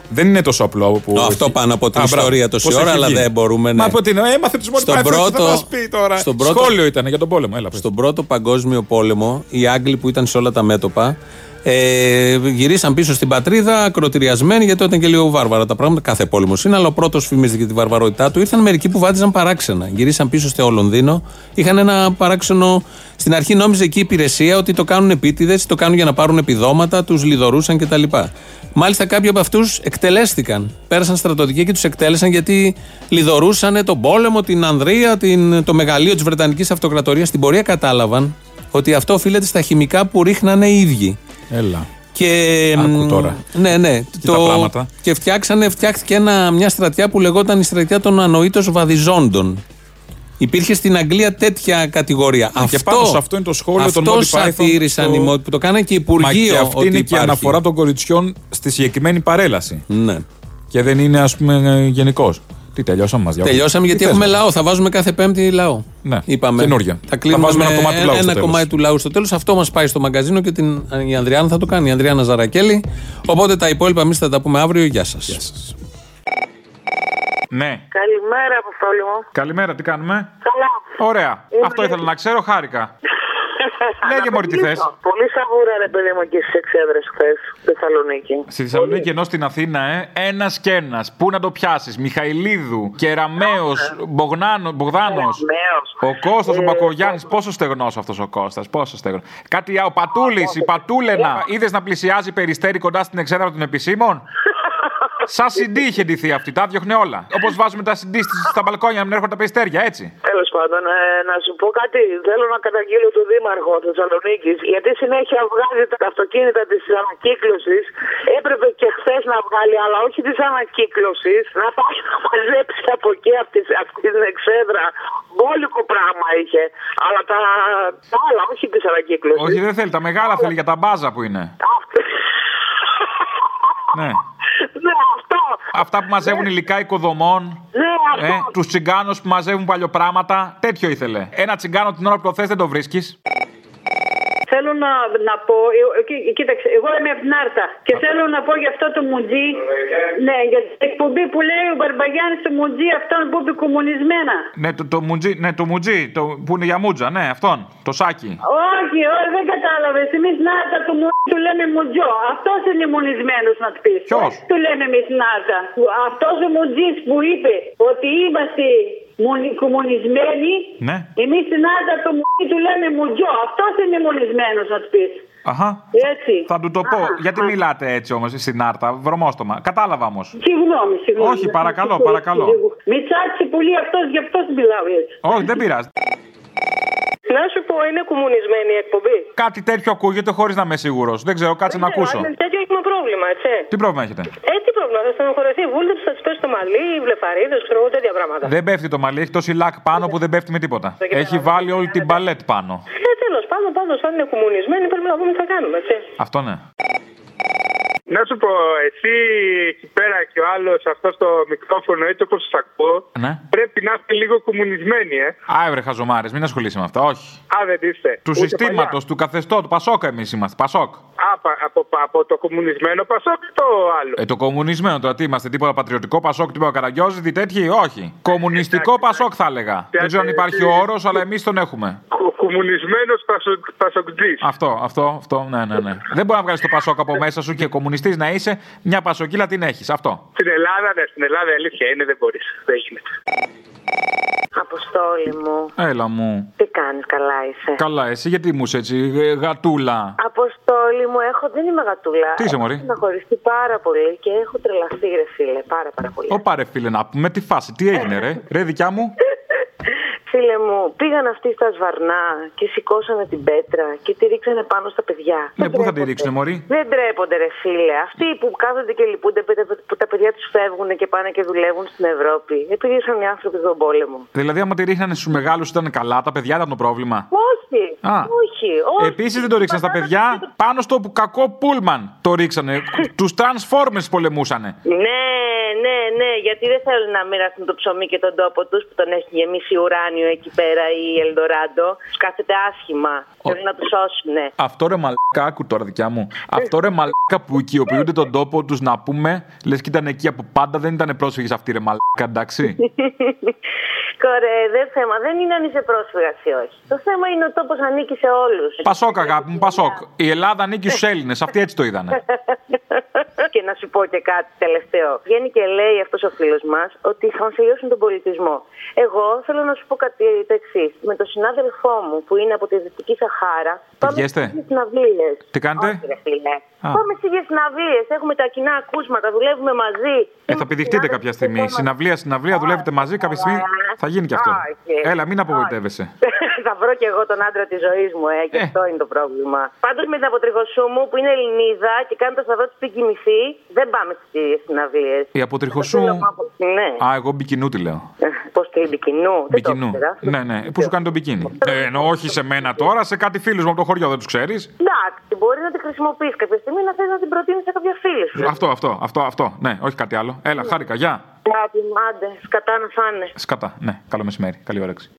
Speaker 3: δεν είναι τόσο απλό. Που
Speaker 2: Ω, αυτό
Speaker 3: έχει-
Speaker 2: πάνω από την
Speaker 3: Α, μπράβο.
Speaker 2: ιστορία τόση
Speaker 3: Πώς
Speaker 2: ώρα,
Speaker 3: έχει
Speaker 2: αλλά
Speaker 3: γίνει.
Speaker 2: δεν μπορούμε
Speaker 3: Μα
Speaker 2: να-
Speaker 3: από την. Έμαθε του μόνοι
Speaker 2: Στον
Speaker 3: πρώτο...
Speaker 2: πρώτο-
Speaker 3: θα μας πει τώρα.
Speaker 2: στον πρώτο-
Speaker 3: Σχόλιο ήταν για τον πόλεμο. Έλα, πες.
Speaker 2: Στον πρώτο παγκόσμιο πόλεμο, οι Άγγλοι που ήταν σε όλα τα μέτωπα, ε, γυρίσαν πίσω στην πατρίδα ακροτηριασμένοι γιατί ήταν και λίγο βάρβαρα τα πράγματα. Κάθε πόλεμος είναι, αλλά ο πρώτος φημίζεται και τη βαρβαρότητά του. Ήρθαν μερικοί που βάτιζαν παράξενα. Γυρίσαν πίσω στο Λονδίνο. Είχαν ένα παράξενο. Στην αρχή νόμιζε εκεί η υπηρεσία ότι το κάνουν επίτηδες, το κάνουν για να πάρουν επιδόματα, τους λιδωρούσαν κτλ. Μάλιστα κάποιοι από αυτούς εκτελέστηκαν. Πέρασαν στρατοδικοί και τους εκτέλεσαν γιατί λιδωρούσαν τον πόλεμο, την Ανδρία, την, το μεγαλείο της Βρετανικής Αυτοκρατορίας. Στην πορεία κατάλαβαν ότι αυτό οφείλεται στα χημικά που ρίχνανε οι ίδιοι.
Speaker 3: Έλα.
Speaker 2: Και, Άκου
Speaker 18: τώρα.
Speaker 2: Ναι, ναι.
Speaker 18: τα πράγματα.
Speaker 2: και φτιάξανε, φτιάχτηκε ένα, μια στρατιά που λεγόταν η στρατιά των ανοήτως βαδιζόντων. Υπήρχε στην Αγγλία τέτοια κατηγορία.
Speaker 18: και πάνω σε αυτό είναι το σχόλιο των
Speaker 2: Αυτό
Speaker 18: Monty Python,
Speaker 2: σατήρισαν
Speaker 18: το-
Speaker 2: οι Monty- που το κάνανε και
Speaker 18: Μα
Speaker 2: Υπουργείο.
Speaker 18: και αυτή
Speaker 2: ότι
Speaker 18: είναι και η
Speaker 2: υπάρχει.
Speaker 18: αναφορά των κοριτσιών στη συγκεκριμένη παρέλαση.
Speaker 2: Ναι.
Speaker 18: Και δεν είναι, ας πούμε, γενικός. Τι τελειώσαμε, μας διάβασε.
Speaker 2: Τελειώσαμε γιατί έχουμε λαό. Θα βάζουμε κάθε Πέμπτη λαό.
Speaker 18: Ναι,
Speaker 2: Είπαμε.
Speaker 18: καινούργια.
Speaker 2: Θα κλείνουμε
Speaker 18: βάζουμε ένα
Speaker 2: με
Speaker 18: κομμάτι του λαού. στο
Speaker 2: Ένα
Speaker 18: τέλος.
Speaker 2: κομμάτι του λαού στο τέλος. Αυτό μας πάει στο μαγκαζίνο και την, η Ανδριάννα θα το κάνει. Η Ανδριάννα Ζαρακέλη. Οπότε τα υπόλοιπα εμείς θα τα πούμε αύριο. Γεια σας.
Speaker 3: Ναι.
Speaker 11: Καλημέρα, Αποστόλη μου.
Speaker 3: Καλημέρα, τι κάνουμε.
Speaker 11: Καλά.
Speaker 3: Ωραία.
Speaker 11: Είμαι
Speaker 3: Αυτό ήθελα να ξέρω, χάρηκα. Λέγε, Ναι, μωρή, τι θες.
Speaker 11: Πολύ σαβούρα, ρε παιδί μου, και στις εξέδρε χθες στη Θεσσαλονίκη.
Speaker 3: Στη Θεσσαλονίκη ενώ στην Αθήνα, ε, ένας και ένας. Πού να το πιάσεις, Μιχαηλίδου, Κεραμαίο, Μπογδάνο. Ο Κώστας,
Speaker 11: Ε,
Speaker 3: ο Μπακογιάννη, πόσο στεγνός αυτός ο Κώστας, πόσο στεγνός. Κάτι, α, ο Πατούλης, η Πατούλενα. Είδες να πλησιάζει περιστέρι κοντά στην εξέδρα των επισήμων. Σαν συντή είχε ντυθεί αυτή, τα διώχνε όλα. Όπως βάζουμε τα συντή στις- στα μπαλκόνια να μην έρχονται τα περιστέρια, έτσι.
Speaker 11: Τέλος πάντων, ε, να σου πω κάτι. Θέλω να καταγγείλω τον Δήμαρχο Θεσσαλονίκης, γιατί συνέχεια βγάζει τα αυτοκίνητα της ανακύκλωσης. Έπρεπε και χθες να βγάλει, αλλά όχι της ανακύκλωσης, να πάει να μαζέψει από εκεί, από, τις, από την εξέδρα. Μπόλικο πράγμα είχε. Αλλά τα, τα άλλα, όχι της ανακύκλωσης.
Speaker 19: (laughs)
Speaker 3: Όχι, δεν θέλει, τα μεγάλα θέλει για τα μπάζα που είναι. Ναι.
Speaker 11: Ναι, αυτό.
Speaker 3: Αυτά που μαζεύουν υλικά οικοδομών.
Speaker 11: Ναι, αυτό.
Speaker 3: Ε, τους τσιγκάνους που μαζεύουν παλιοπράματα. Τέτοιο ήθελε. Ένα τσιγκάνο την ώρα που το θες δεν το βρίσκεις.
Speaker 19: Θέλω να, να πω, ε, κοί- κοίταξε, εγώ είμαι από την Άρτα και θέλω να πω για αυτό το μουτζί. Ναι, για την εκπομπή που λέει ο Μπαρμπαγιάννης το μουτζί αυτόν που είπε κομμουνισμένα.
Speaker 3: Ναι, το, το μουτζί, ναι, το μουτζί το, που είναι για μούτζα, ναι, αυτόν. Το σάκι.
Speaker 19: Όχι, όχι, δεν κατάλαβε. Εμείς στην Άρτα του μουτζί του λέμε μουτζό. Αυτός είναι μουνισμένος να του πεις. Ποιος? Του λέμε εμείς στην Άρτα. Αυτός ο μουτζής που είπε ότι είμαστε μουνι- κομμουνισμένοι.
Speaker 3: Ναι.
Speaker 19: Εμείς στην Άρτα του μουτζί του λέμε μουτζό. Αυτός είναι μουνισμένο να του πεις.
Speaker 3: Αχα.
Speaker 19: Έτσι.
Speaker 3: Θα του το πω. Γιατί μιλάτε έτσι όμως, στην Άρτα, βρωμόστομα. Κατάλαβα όμως.
Speaker 19: Συγγνώμη, συγγνώμη.
Speaker 3: Όχι, παρακαλώ,
Speaker 19: Με συγχωρείτε
Speaker 3: παρακαλώ.
Speaker 19: λίγο. Μη τσάξει πολύ αυτός, γι' αυτό μιλάω έτσι.
Speaker 3: Όχι, δεν πειράζει.
Speaker 19: Να σου πω, είναι κομμουνισμένη η εκπομπή. Ναι,
Speaker 3: Κάτι τέτοιο ακούγεται χωρίς να είμαι σίγουρος. Δεν ξέρω, κάτσε να ακούσω.
Speaker 20: Αν είναι τέτοιο έχουμε πρόβλημα, έτσι.
Speaker 3: Τι πρόβλημα έχετε.
Speaker 20: Ε, τι πρόβλημα, θα στενοχωρεθεί η βούλτεψη, θα της πέσει το μαλλί, οι βλεφαρίδες, ξέρω εγώ τέτοια πράγματα.
Speaker 3: Δεν πέφτει το μαλλί, έχει τόση λακ πάνω που δεν πέφτει με τίποτα. Έχει βάλει όλη την παλέτ πάνω.
Speaker 20: Ε, τέλος πάντων, πάντω, αν είναι κομμουνισμένοι, πρέπει να πούμε τι θα κάνουμε, έτσι.
Speaker 3: Αυτό ναι.
Speaker 21: Να σου πω, εσύ εκεί πέρα και ο άλλος αυτός στο μικρόφωνο, έτσι όπως σας ακούω,
Speaker 3: Ναι.
Speaker 21: πρέπει να είστε λίγο κομμουνισμένοι, ε.
Speaker 3: Άιβρε, χαζομάρες, μην ασχολείσαι με αυτά, όχι.
Speaker 21: Α, δεν είστε.
Speaker 3: Του
Speaker 21: Ούτε
Speaker 3: συστήματος, του καθεστώτο, του Πασόκ εμείς είμαστε. Πασόκ.
Speaker 21: παλιά. Α, πα- από, από, το κομμουνισμένο πασόκ ή το άλλο.
Speaker 3: Ε, το κομμουνισμένο τώρα, τι είμαστε, τίποτα πατριωτικό Πασόκ, τίποτα καραγκιόζη, τι τέτοιοι, όχι. Κομμουνιστικό Πασόκ θα έλεγα. Δεν ξέρω αν υπάρχει ο όρος, αλλά εμείς τον έχουμε.
Speaker 21: Κομμουνισμένο πασοκτζή.
Speaker 3: Αυτό, αυτό, αυτό, ναι, ναι, ναι. Δεν μπορεί να βγάλεις το Πασόκ από μέσα σου και κομμουνιστή να είσαι, μια Πασόκυλα την έχεις. Αυτό.
Speaker 21: Στην Ελλάδα, ναι, στην Ελλάδα η αλήθεια είναι, δεν μπορείς. Δεν γίνεται.
Speaker 11: Αποστόλη μου,
Speaker 3: Έλα μου.
Speaker 11: τι κάνεις, καλά είσαι.
Speaker 3: Καλά, εσύ γιατί μου είσαι έτσι, ε, γατούλα.
Speaker 11: Αποστόλη μου, έχω, δεν είμαι γατούλα.
Speaker 3: Τι είσαι, μωρή?
Speaker 11: Έχω στεναχωρηστεί πάρα πολύ και έχω τρελαθεί, ρε φίλε, πάρα, πάρα πολύ.
Speaker 3: Ω πάρε φίλε να πούμε τη φάση, τι έγινε ρε, ρε δικιά μου.
Speaker 11: Φίλε μου, πήγαν αυτοί στα σβαρνά και σηκώσανε την πέτρα και τη ρίξανε πάνω στα παιδιά.
Speaker 3: Ναι, πού θα τη ρίξουνε μωρή.
Speaker 11: Δεν τρέπονται, ρε φίλε. Αυτοί που κάθονται και λυπούνται που τα- που τα παιδιά τους φεύγουν και πάνε και δουλεύουν στην Ευρώπη. Επειδή ήσαν οι άνθρωποι στον πόλεμο.
Speaker 3: Δηλαδή, άμα τη ρίχνανε στους μεγάλους, ήταν καλά, τα παιδιά ήταν το πρόβλημα.
Speaker 11: Όχι,
Speaker 3: Α.
Speaker 11: όχι, όχι.
Speaker 3: Επίσης δεν το ρίξανε στα παιδιά, πάνω στο κακό πούλμαν το
Speaker 11: (laughs)
Speaker 3: ρίξανε. Τους Transformers πολεμούσανε.
Speaker 11: Ναι, ναι, ναι, γιατί δεν θέλουν να μοιραστούν το ψωμί και τον τόπο τους που τον έχει γεμίσει ουράνιο εκεί πέρα η Ελντοράντο. Τους κάθεται άσχημα. Θέλουν να τους σώσουν.
Speaker 3: Αυτό ρε μαλάκα, άκου τώρα δικιά
Speaker 11: Ε.
Speaker 3: μου. Αυτό ρε μαλάκα που οικειοποιούνται τον τόπο τους να πούμε, λες και ήταν εκεί από πάντα, δεν ήταν πρόσφυγες αυτοί ρε μαλάκα, εντάξει.
Speaker 11: Ε. Κορέ, δεν θέμα. Δεν είναι αν είσαι πρόσφυγας ή όχι. Το θέμα είναι ο τόπος ανήκει σε όλους.
Speaker 3: Πασόκ, αγάπη μου, Πασόκ. Η Ελλάδα ανήκει
Speaker 11: Ε.
Speaker 3: στους Έλληνες. Αυτοί έτσι το είδανε.
Speaker 11: (laughs) και να σου πω και κάτι τελευταίο. Βγαίνει και λέει αυτός ο φίλος μας ότι θα μας τελειώσουν τον πολιτισμό. Εγώ θέλω να σου πω κάτι το εξής. Με τον συνάδελφό μου που είναι από τη Δυτική Σαχάρα.
Speaker 3: Πηγαίστε.
Speaker 11: σε συναυλίες.
Speaker 3: Τι κάνετε?
Speaker 11: Όχι, ρε φίλε.
Speaker 3: Α.
Speaker 11: Πάμε σε συναυλίες. Έχουμε τα κοινά ακούσματα, δουλεύουμε μαζί.
Speaker 3: Ε,
Speaker 11: (laughs)
Speaker 3: θα πηδηχτείτε κάποια στιγμή. Συναυλία, συναυλία, δουλεύετε μαζί. Κάποια στιγμή θα γίνει και αυτό.
Speaker 11: Όχι.
Speaker 3: Έλα, μην απογοητεύεσαι.
Speaker 11: θα βρω κι εγώ τον άντρα της ζωής μου, ε, και αυτό είναι το πρόβλημα. Πάντως με την αποτριχωσού μου που είναι Ελληνίδα και κάνει το σταυρό τη στην κοιμηθή, δεν πάμε στις συναυλίες.
Speaker 3: Η αποτριχωσού.
Speaker 11: Ναι.
Speaker 3: Α, εγώ μπικινού τη λέω.
Speaker 11: Πώ τη μπικινού. Δεν το
Speaker 3: Μπικινού.
Speaker 11: ήξερα.
Speaker 3: Ναι, ναι. Πού σου κάνει το μπικίνι. Ε, Εννοώ όχι σε μένα τώρα, σε κάτι φίλους μου από το χωριό, δεν τους ξέρεις.
Speaker 11: Εντάξει, μπορεί να τη χρησιμοποιήσει κάποια στιγμή να θες να την προτείνεις σε κάποια φίλη σου.
Speaker 3: Αυτό, αυτό, αυτό, αυτό. Ναι, όχι κάτι άλλο. Έλα, χάρηκα, γεια.
Speaker 11: Κάτι, άντε, σκατά να φάνε.
Speaker 3: Σκατά. Ναι, καλό μεσημέρι. Καλή όρεξη.